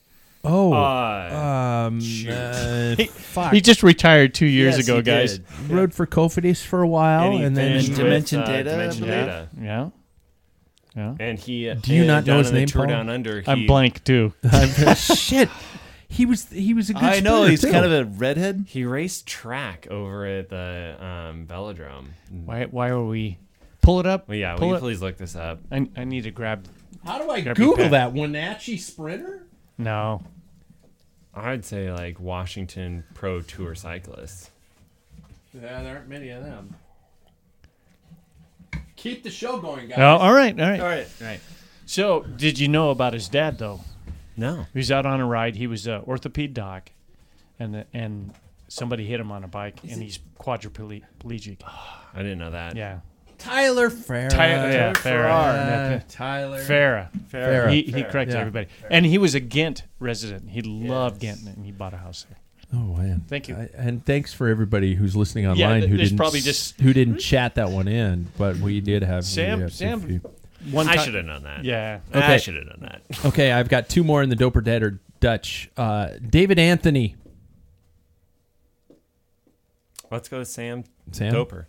Oh, Uh, um, shoot. uh, He- fuck. Ah. He just retired two years Yes, ago, he guys. did. rode for Kofidis for a while, And he and, then finished with, Dimension uh, Data, I Dimension believe. data. Yeah. Yeah. And he. uh, Do you and not know down his in the name, Tour Paul? down under. He, I'm blank too. shit. He was he was a good. I know sprinter, he's too. kind of a redhead. He raced track over at the um, velodrome. Why? Why are we? Pull it up. Well, yeah, Pull will you it. please look this up? I, I need to grab. How do I Grab your Google pen. that Wenatchee sprinter? No. I'd say like Washington Pro Tour cyclists. Yeah, there aren't many of them. Keep the show going, guys. Oh, all right, all right. right, right. So, did you know about his dad though? No. He was out on a ride. He was an orthoped doc, and the, and somebody hit him on a bike, and he's quadriplegic. I didn't know that. Yeah, Tyler Farrar. Tyler- yeah, Farrar. Farrar. Tyler. Farah. Farah. He, he corrected Yeah. everybody, and he was a Ghent resident. He loved Ghent, and he bought a house there. Oh man! Thank you. I, and thanks for everybody who's listening Yeah, online th- who there's didn't probably s- just- who didn't chat that one in, but we did have we Sam- did have a Sam- few. One I ti- should have known that. Yeah. I Okay. should have known that. Okay, I've got two more in the dope or dead or Dutch. Uh, David Anthony. Let's go with Sam, Sam? Doper.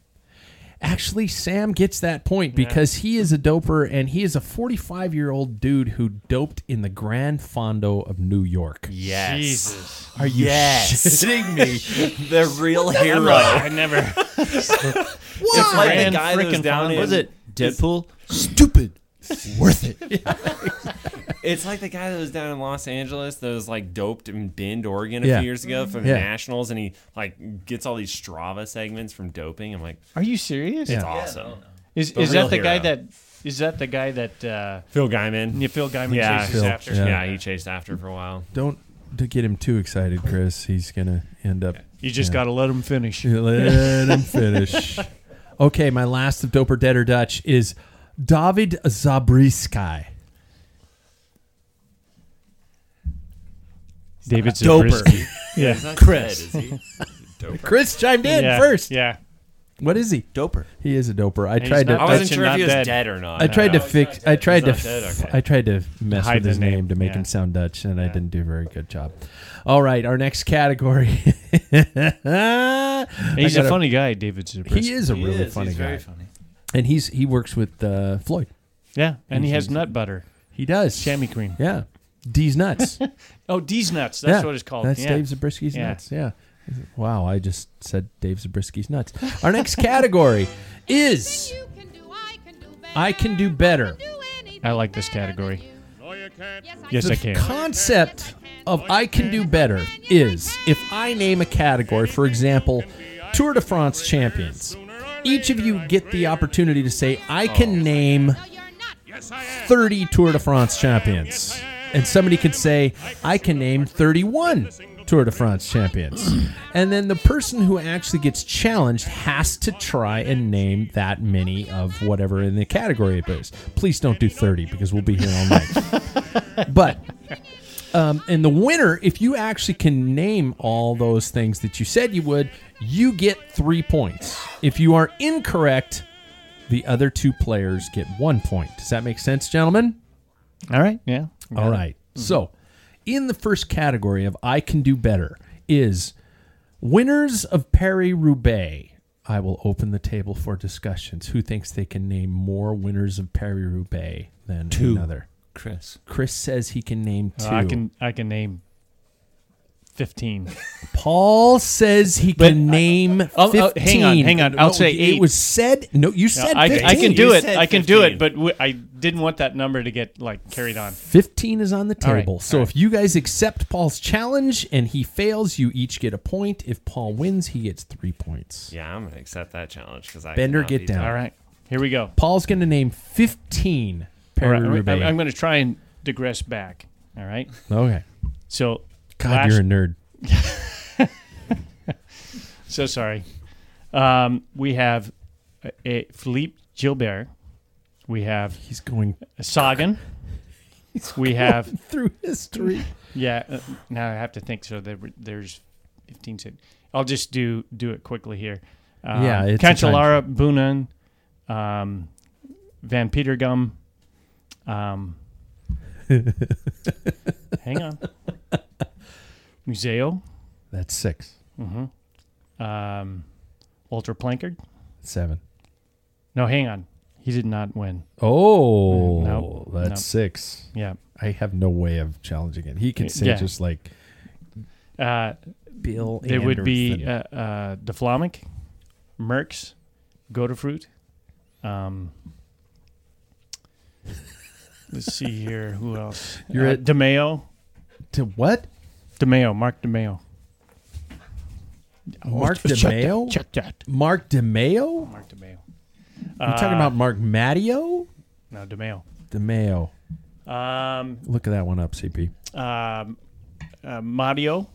Actually, Sam gets that point because he is a doper and he is a 45 year old dude who doped in the Grand Fondo of New York. Yes. Jesus. Are you Sitting me. the real hero. I never. It's like the Grand guy that was frickin' down Fondo. in, Was it Deadpool? Stupid. Worth it. It's like the guy that was down in Los Angeles that was like doped in Bend, Oregon a Yeah. few years ago from Yeah. Nationals and he like gets all these Strava segments from doping. I'm like, Are you serious? it's awesome. Is The is that real the guy hero. that? Is that the guy that? Uh, Phil Guyman. you Phil Guyman Yeah. chases Phil, after. yeah. Yeah, he chased after for a while. Don't to get him too excited, Chris. He's going to end up. You just got Yeah. to let him finish. Let him finish. Okay, my last of dope or dead or Dutch is David Zabriskie. David Doper. Zabriskie. yeah. Chris. is he? Chris chimed in yeah. first. Yeah. What is he? Doper. He is a doper. I he's tried to. not I I- wasn't Dutch sure and if he not was dead. dead, or not. I tried to No, fix. I tried to. He's not f- dead? Okay. I tried to mess Hide with his the name, name to make yeah. him sound Dutch, and I didn't do a very good job. All right, our next category. He's he's a funny guy, David Zabriskie. He is a really funny guy, funny. and he's he works with uh, Floyd. Yeah, and he He's- has nut butter, He does. chamois cream. Yeah, D's nuts. that's Oh, D's nuts. That's what it's called. That's yeah. Dave Zabriskie's Yeah. nuts. Yeah. Wow, I just said Dave Zabriskie's nuts. Our next category is I can do better. I like this category. Yes, I the can. concept of I can do better is if I name a category, for example, Tour de France champions, each of you get the opportunity to say, Oh. I can name 30 Tour de France champions. And somebody could say, I can name 31 Tour de France champions. And then the person who actually gets challenged has to try and name that many of whatever in the category it is. Please don't do 30 because we'll be here all night. but um, and the winner, if you actually can name all those things that you said you would, you get three points. If you are incorrect, the other two players get one point. Does that make sense, gentlemen? All right. Yeah. Mm-hmm. All right. So, in the first category of I can do better is Winners of Paris Roubaix. I will open the table for discussions. Who thinks they can name more winners of Paris Roubaix than Two. another? Chris. Chris says he can name two. Uh, I can I can name fifteen. Paul says he can name I'll- I'll- 15. oh, hang on, hang on. I'll No, say It eight. was said. No, you said I, 15. I can do You it. said I can do it, 15. but w- I didn't want that number to get like carried on. 15 is on the All right, table. so if you guys accept Paul's challenge and he fails, you each get a point. If Paul wins, he gets three points. Yeah, I'm gonna accept that challenge because I Bender, cannot get be down. done. All right, here we go. Paul's going to name 15 All right, I'm, Paris-Roubaix. I'm- I'm going to try and digress back. All right. okay. So God, last- you're a nerd. So sorry. Um, we have uh, a Philippe Gilbert. We have He's going Sagan. We have through history. yeah. Uh, now I have to think. So there, were- there's 15. se- I'll just do do it quickly here. Um, Yeah, it's a time- Cancellara, Bunan, um, Van Petergum. Um, hang on. Museo, That's six, um, Walter Plankard. seven. No, hang on. He did not win. Oh, Nope, that's nope. six. Yeah. I have no way of challenging it. He can say Yeah. just like Uh, Bill. There would be uh, Anderson. uh, Deflamic, Merckx, Godefruit. Um, let's see here. Who else? You're uh, at- DeMeo. to what? DeMeo. Mark DeMeo. Mark Check that, DeMeo? Check that. Mark DeMeo? Mark DeMeo. You're Uh, talking about Mark Matteo? No, DeMeo. DeMeo. Um, Look at that one up, CP. um, uh, Mario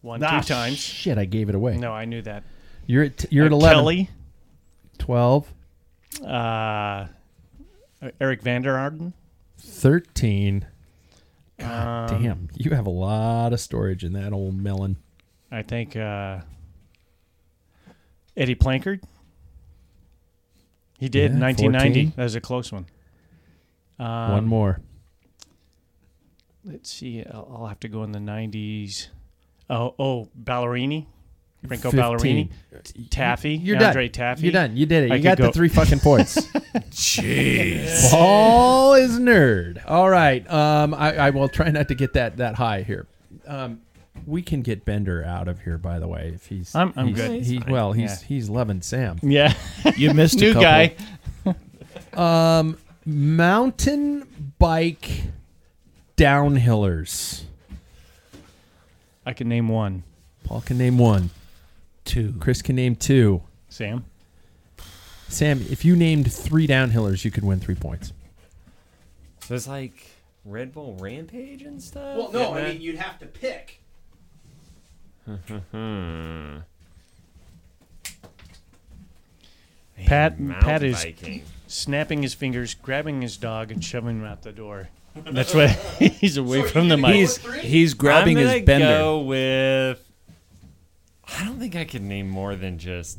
won Ah, two times. Shit, I gave it away. No, I knew that. You're at, you're at Uh, 11. Kelly. 12, Uh, Eric Vander Arden. 13. God Um, damn. You have a lot of storage in that old melon. I think uh, Eddie Plankard. He did Yeah, in 1990. 14. That was a close one. Um, one more. Let's see. I'll, I'll have to go in the 90s. Oh, oh, Ballerini, Franco 15. Ballerini, Taffy, You're Andre done. Taffy. You're done. You did it. I you could got the go- three fucking points. Jeez. Paul is nerd. All right. Um, I, I will try not to get that that high here. Um, we can get Bender out of here. By the way, if he's I'm- I'm he's- good. He, well, he's Yeah. he's loving Sam. Yeah, You missed a new couple. guy. Mountain bike downhillers. I can name one. Paul can name one. Two. Chris can name two. Sam. Sam, if you named three downhillers, you could win three points. There's like Red Bull Rampage and stuff. you'd have to pick. Hmm. Pat. Mountain Pat is biking. snapping his fingers, grabbing his dog, and shoving him out the door. That's what he's away from the mic. He's he's grabbing I'm his gonna bender. Go with. I don't think I could name more than just.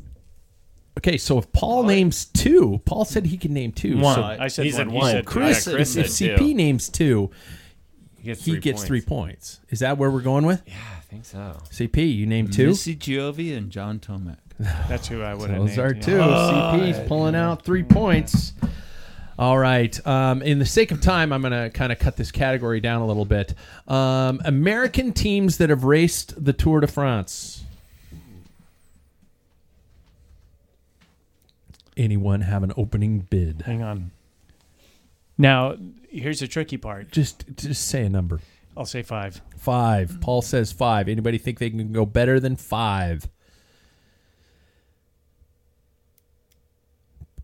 Okay, so if Paul names two, Paul said he can name two. one. So I said he said one. one. He said Chris- Chris, Yeah, Chris if, if said CP two. names two, He gets he three gets points. three points. Is that where we're going with? Yeah, I think so. CP, you name two? Missy Giovi and John Tomac. That's who I would have Those named. are yeah. two. CP's pulling out three points. All right. Um, in the sake of time, I'm going to kind of cut this category down a little bit. Um, American teams that have raced the Tour de France. Anyone have an opening bid? Hang on. Now, here's the tricky part. Just, just say a number. I'll say five. Five. Paul says five. Anybody think they can go better than five?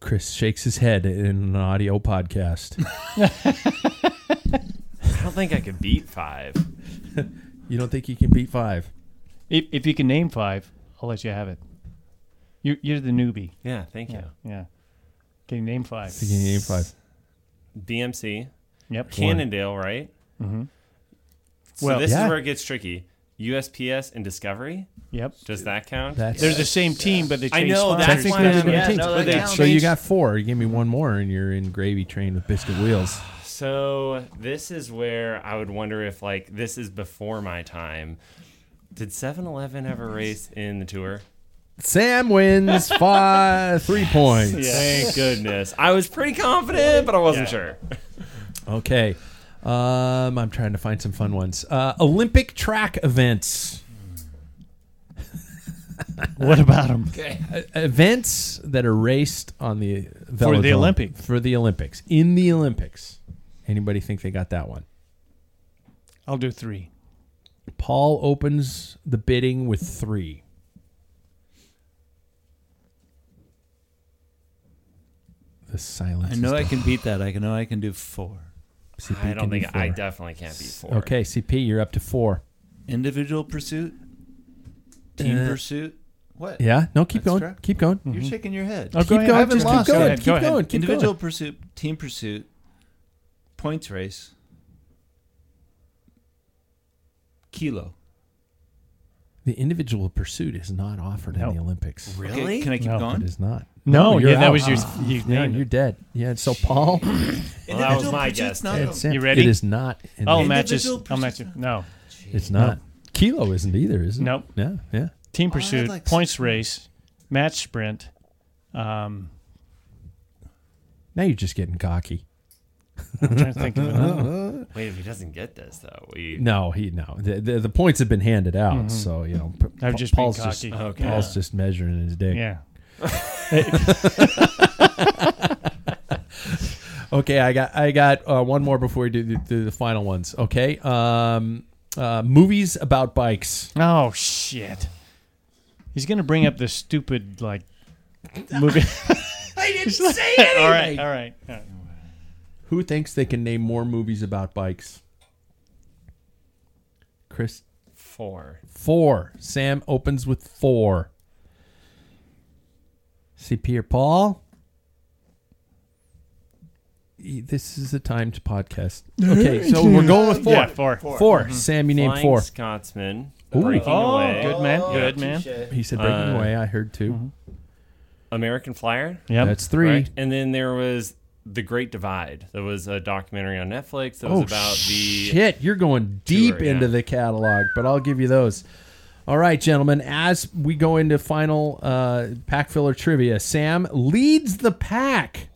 Chris shakes his head in an audio podcast. I don't think I could beat five. you don't think he can beat five? If, if you can name five, I'll let you have it. You're, you're the newbie. Yeah, thank you. Yeah. Can you name five? He can name five. BMC, Yep. Cannondale, right? Mm-hmm. So Well- this Yeah. is where it gets tricky. USPS and Discovery. Yep. Does that count? That's They're the same team, but they I changed know, that's sponsors. why I'm- Technically, yeah, they're no, that the team. counts. so you got four. You give me one more, and you're in gravy train with biscuit wheels. So this is where I would wonder if like this is before my time. Did 7-Eleven have a race in the tour? Sam wins five three points. Thank goodness. I was pretty confident, but I wasn't sure. Okay. Um, I'm trying to find some fun ones. Uh, Olympic track events. What about 'em? Okay. events that are raced on the For the velodrome- Olympics. For the Olympics. In the Olympics. Anybody think they got that one? I'll do three. Paul opens the bidding with three. The silence. I is know I the- can beat that. I can know I can do four. CP I don't can do think I four. definitely can't beat four. Okay, CP, you're up to four. Individual pursuit, team Uh, pursuit. What? Yeah, no, keep That's going, correct. keep going. You're Mhm. shaking your head. Oh, Keep go ahead. going, I haven't just keep lost. going, Go ahead, keep go ahead. going, keep Individual going. pursuit, team pursuit, points race, kilo. The individual pursuit is not offered No. in the Olympics. Really? Okay, can I keep No, going? It is not. No, you're Oh, yeah, that out. was your- Ah, you yeah, named you're it. dead. Yeah. So Paul, Well, that was my guess. not It's in- You ready? Oh. It is not. in I'll the- match this. Individual I'll match it. No. It's not. Kilo isn't either, is it? Nope. Yeah. Yeah. Oh, Team Well, I'd pursuit, like s- points race, match sprint. Um, Now you're just getting cocky. I'm trying to think of another one. Wait, if he doesn't get this though, we No, he no. The, the, the points have been handed out, so you know. P- Mm-hmm. I've Pa- just been Paul's cocky. Just, uh, Okay. Paul's just measuring his dick. Yeah. Okay, I got I got uh, one more before we do the, do the final ones. Okay. Um, uh, movies about bikes. Oh shit. He's gonna bring up the stupid like movie. I didn't say all right, all right. all right. Who thinks they can name more movies about bikes? Chris four. Four. Sam opens with four. CP or Paul? E- This is the time to podcast. Okay, so we're going with four. Yeah, four. Four. Sam, you named Flying four. Scotsman Ooh. breaking Oh, away. good man, good man. He said breaking Uh, away. I heard 2 American Flyer. Yep. That's three. Right. And then there was The Great Divide. That was a documentary on Netflix that was Oh about the shit! You're going deep yeah. into the catalog, but I'll give you those. All right, gentlemen. As we go into final uh, pack filler trivia, Sam leads the pack.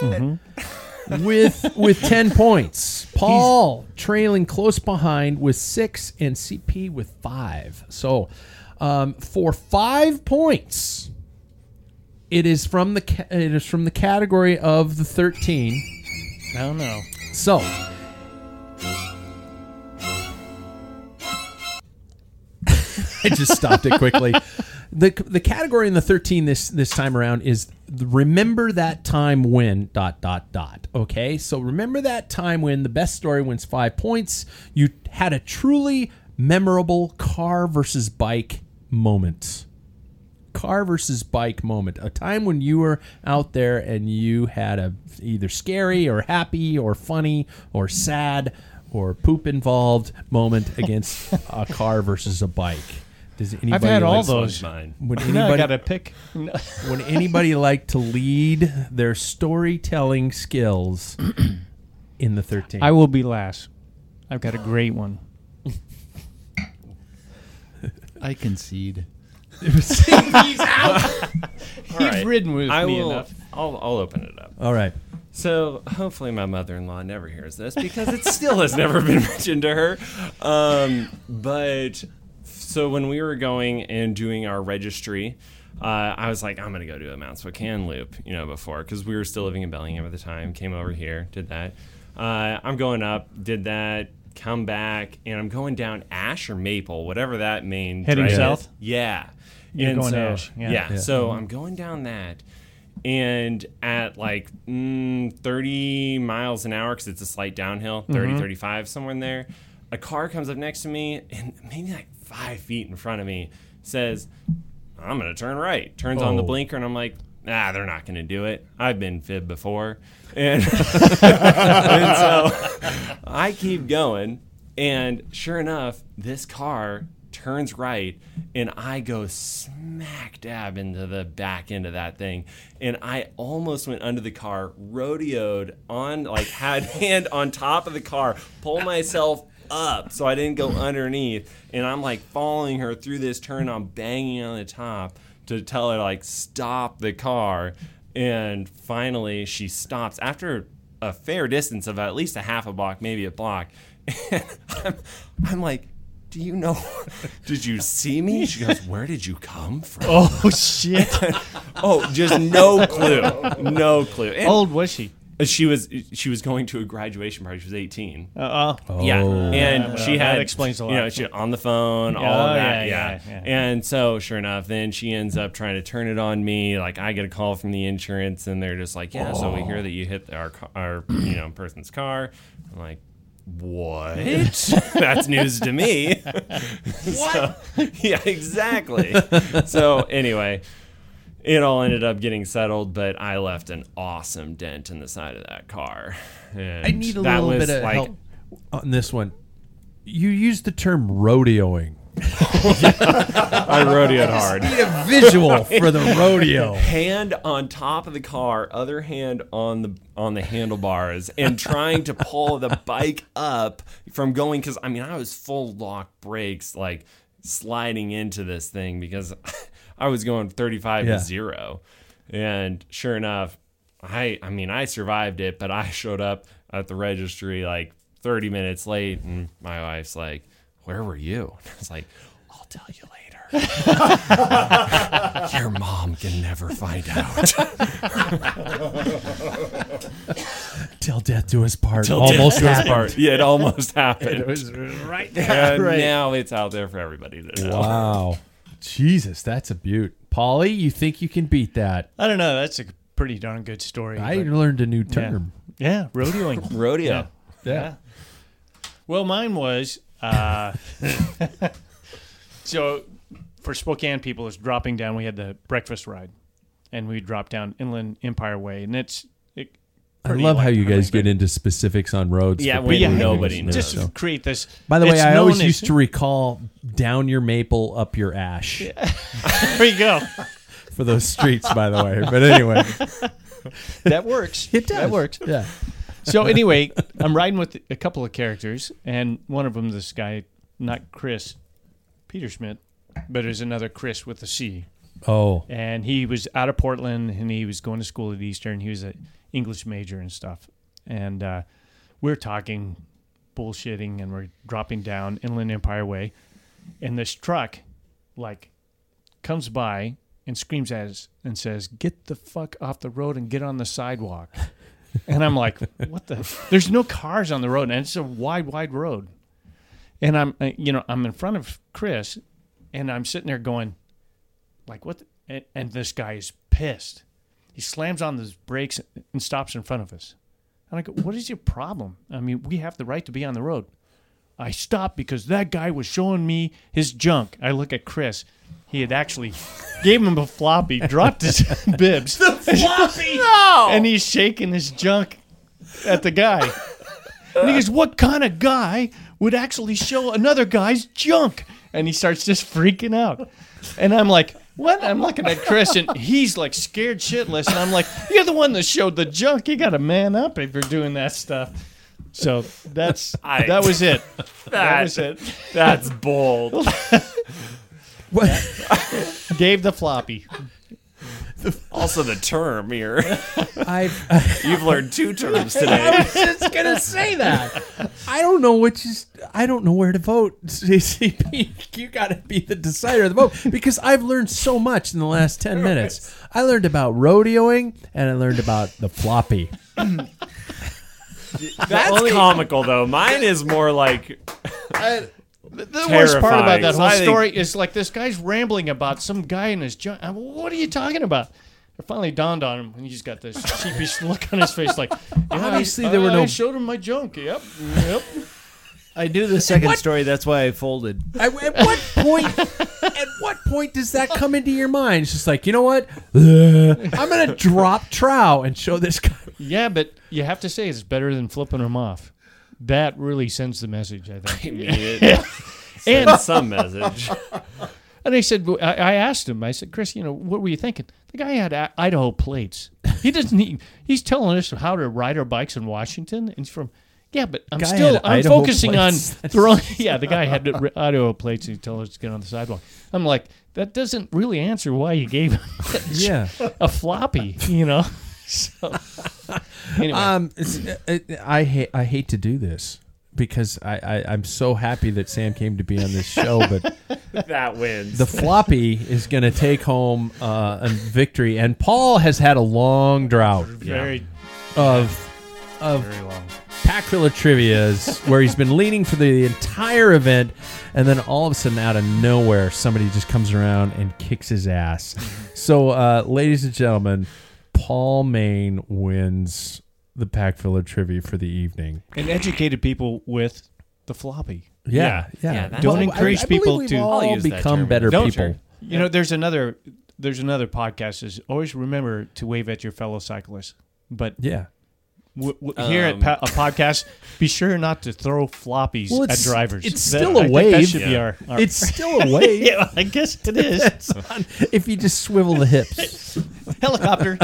with with ten points. Paul trailing close behind with six, and CP with five. So, um, for five points, it is from the ca- it is from the category of the thirteen. I don't know. So. I just stopped it quickly. The, the category in the 13 this this time around is the remember that time when dot dot dot okay so remember that time when the best story wins 5 points you had a truly memorable car versus bike moment car versus bike moment a time when you were out there and you had a either scary or happy or funny or sad or poop involved moment against a car versus a bike does anybody I've had all like- those. Mine. would You know, I anybody, gotta pick. No. would anybody like to lead their storytelling skills in the 13 I will be last. I've got a great one. I concede. All You've ridden with I me will, enough. I'll, I'll open it up. all right So hopefully my mother-in-law never hears this because it still has never been mentioned to her. Um, but so when we were going and doing our registry, uh, I was like, I'm gonna go do a Mount Spokane loop, you know, before because we were still living in Bellingham at the time. Came over here, did that. Uh, I'm going up, did that. Come back, and I'm going down Ash or Maple, whatever that main Heading drive is. south? Yeah, You're and going so, to Ash, yeah. yeah, so I'm going down that, and at like mm, 30 miles an hour, because it's a slight downhill, Mm-hmm. 30, 35, somewhere in there, a car comes up next to me, and maybe like five feet in front of me says, I'm going to turn right. Turns on the Oh. blinker, and I'm like, ah, they're not going to do it. I've been fibbed before. And. and so I keep going, and sure enough, this car turns right, and I go smack dab into the back end of that thing, and I almost went under the car, rodeoed on like had hand on top of the car, pull myself up, so I didn't go underneath. And I'm like following her through this turn. I'm banging on the top to tell her like stop the car. And finally, she stops after a fair distance of at least a half a block, maybe a block. And I'm, I'm like, do you know? Did you see me? She goes, where did you come from? Oh, shit. oh, just no clue. No clue. How old was she? Uh, She was she was going to a graduation party. She was eighteen. Uh-oh. Yeah, Oh. and Yeah, she that had explains a You know, lot. she on the phone, all Oh, of that. yeah, Yeah, yeah, And so, sure enough, then she ends up trying to turn it on me. Like I get a call from the insurance, and they're just like, "Yeah, so we hear that you hit our ca- our you know person's car." I'm like, "What? That's news to me." So- yeah, exactly. so anyway, it all ended up getting settled, but I left an awesome dent in the side of that car. And I need a that little was bit of like, help on this one. You used the term rodeoing. I rodeoed hard. Need a visual for the rodeo. Hand on top of the car, other hand on the on the handlebars, and trying to pull the bike up from going. Because I mean, I was full lock brakes, like sliding into this thing because I was going 35 Yeah. to zero, and sure enough, I I mean I survived it, but I showed up at the registry like 30 minutes late, and my wife's like, "Where were you?" And I was like, "I'll tell you later." Your mom can never find out. Till death do us part. Till death Almost do us happened. part. Yeah, it almost happened. right and now it's out there for everybody to know. Wow. Jesus, that's a beaut. Polly, you think you can beat that? I don't know. That's a pretty darn good story. I but- learned a new term. yeah, rodeoing. Rodeo. Yeah. Yeah. Well, mine was uh, so for Spokane people, it's dropping down. We had the breakfast ride, and we dropped down Inland Empire Way, and it's. It, I love how you guys get into specifics on roads. Yeah, for we- people who nobody don't knows. know, Just so. create this. By the way, it's I always known as- used to recall down your maple, up your ash There you go. for those streets, by the way. But anyway, That works. it does. That works. Yeah. so anyway, I'm riding with a couple of characters, and one of them is this guy, not Chris, Peter Schmidt, but there's another Chris with a C. Oh, And he was out of Portland, and he was going to school at Eastern. He was an English major and stuff. And uh, we're talking bullshitting, and we're dropping down Inland Empire Way, and this truck, like, comes by and screams at us and says, "Get the fuck off the road and get on the sidewalk." And I'm like, what the? There's no cars on the road, and it's a wide, wide road. And I'm, uh, you know, I'm in front of Chris, and I'm sitting there going, like, what? The? And, and this guy is pissed. He slams on his brakes and stops in front of us. And I go, what is your problem? I mean, we have the right to be on the road. I stopped because that guy was showing me his junk. I look at Chris. He had actually gave him a floppy, dropped his bibs. The floppy? no! And he's shaking his junk at the guy. And he goes, What kind of guy would actually show another guy's junk? And he starts just freaking out. And I'm like, What? I'm looking at Chris and he's like scared shitless. And I'm like, You're the one that showed the junk. You got to man up if you're doing that stuff. So that's I- that was it. that That- was it. That's bold. What- Gave the floppy. also, the term here. I've. You've learned two terms today. just gonna say that. I don't know which is. I don't know where to vote. CCP, you got to be the decider of the vote because I've learned so much in the last ten minutes. I learned about rodeoing and I learned about the floppy. That's comical, though. Mine is more like The worst part about Terrifying. that whole I think- story is like this guy's rambling about some guy in his junk. I'm, what are you talking about? It finally dawned on him, and he's got this sheepish look on his face, like yeah, Obviously, I, there were I- no- I showed him my junk. Yep, yep. I knew the second story. That's why I folded. I- at what point? At what point does that come into your mind? It's just like you know what? Uh, I'm gonna drop trow and show this guy. yeah, but you have to say it's better than flipping him off. That really sends the message, I think. I mean, it And sends some message. And I said, I I asked him, I said, Chris, you know, what were you thinking? The guy had I- e, Idaho plates. He doesn't need, he's telling us how to ride our bikes in Washington. And he's from Yeah, but I'm Guy still had I'm Idaho focusing plates. on throwing. Yeah, the guy had ri- Idaho plates and he told us to get on the sidewalk. I'm like, that doesn't really answer why you gave him Yeah. a floppy, you know. So anyway, Um, it's, it, I hate I hate to do this because I, I I'm so happy that Sam came to be on this show, but that wins. the floppy is going to take home uh, a victory, and Paul has had a long drought very of of very long. pack filler trivia's where he's been leaning for the entire event and then all of a sudden out of nowhere somebody just comes around and kicks his ass so uh, ladies and gentlemen paul main wins the pack filler trivia for the evening And educated people with the floppy. yeah yeah, Yeah, that's- Don't I- encourage I believe people we've to- all I'll use that become term. better Don't- people You know, there's another there's another podcast is always remember to wave at your fellow cyclists. But yeah w- w- here at Um, pa- a podcast, be sure not to throw floppies Well, at it's- drivers. it's That- still a I think wave. That should be Yeah. our, our it's still a wave yeah, I guess it is. if you just swivel the hips Helicopter.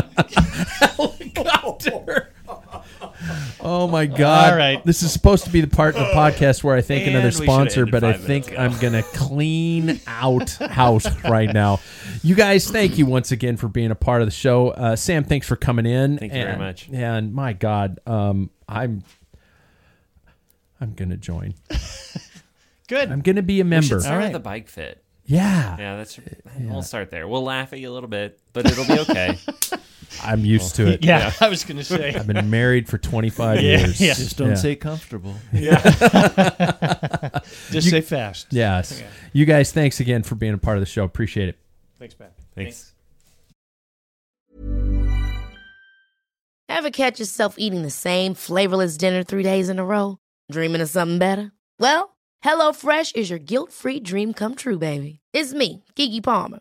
oh my god All right. this is supposed to be the part of the podcast where i thank And another we should have sponsor ended but i five think minutes ago. i'm gonna clean out house right now you guys thank you once again for being a part of the show uh, sam thanks for coming in Thank you very and- much. and my god um, i'm i'm gonna join Good. i'm gonna be a we should member start All with right. the bike fit. yeah, Yeah, that's. We'll start there. We'll laugh at you a little bit, but it'll be okay. i'm used to it yeah, I was gonna say. i've been married for 25 years yeah. just Don't say comfortable. Just say fast. yes you guys thanks again for being a part of the show appreciate it Thanks, Ben. Thanks. Ever catch yourself eating the same flavorless dinner three days in a row? Dreaming of something better? Well, HelloFresh is your guilt free dream come true, baby. It's me, Kiki Palmer.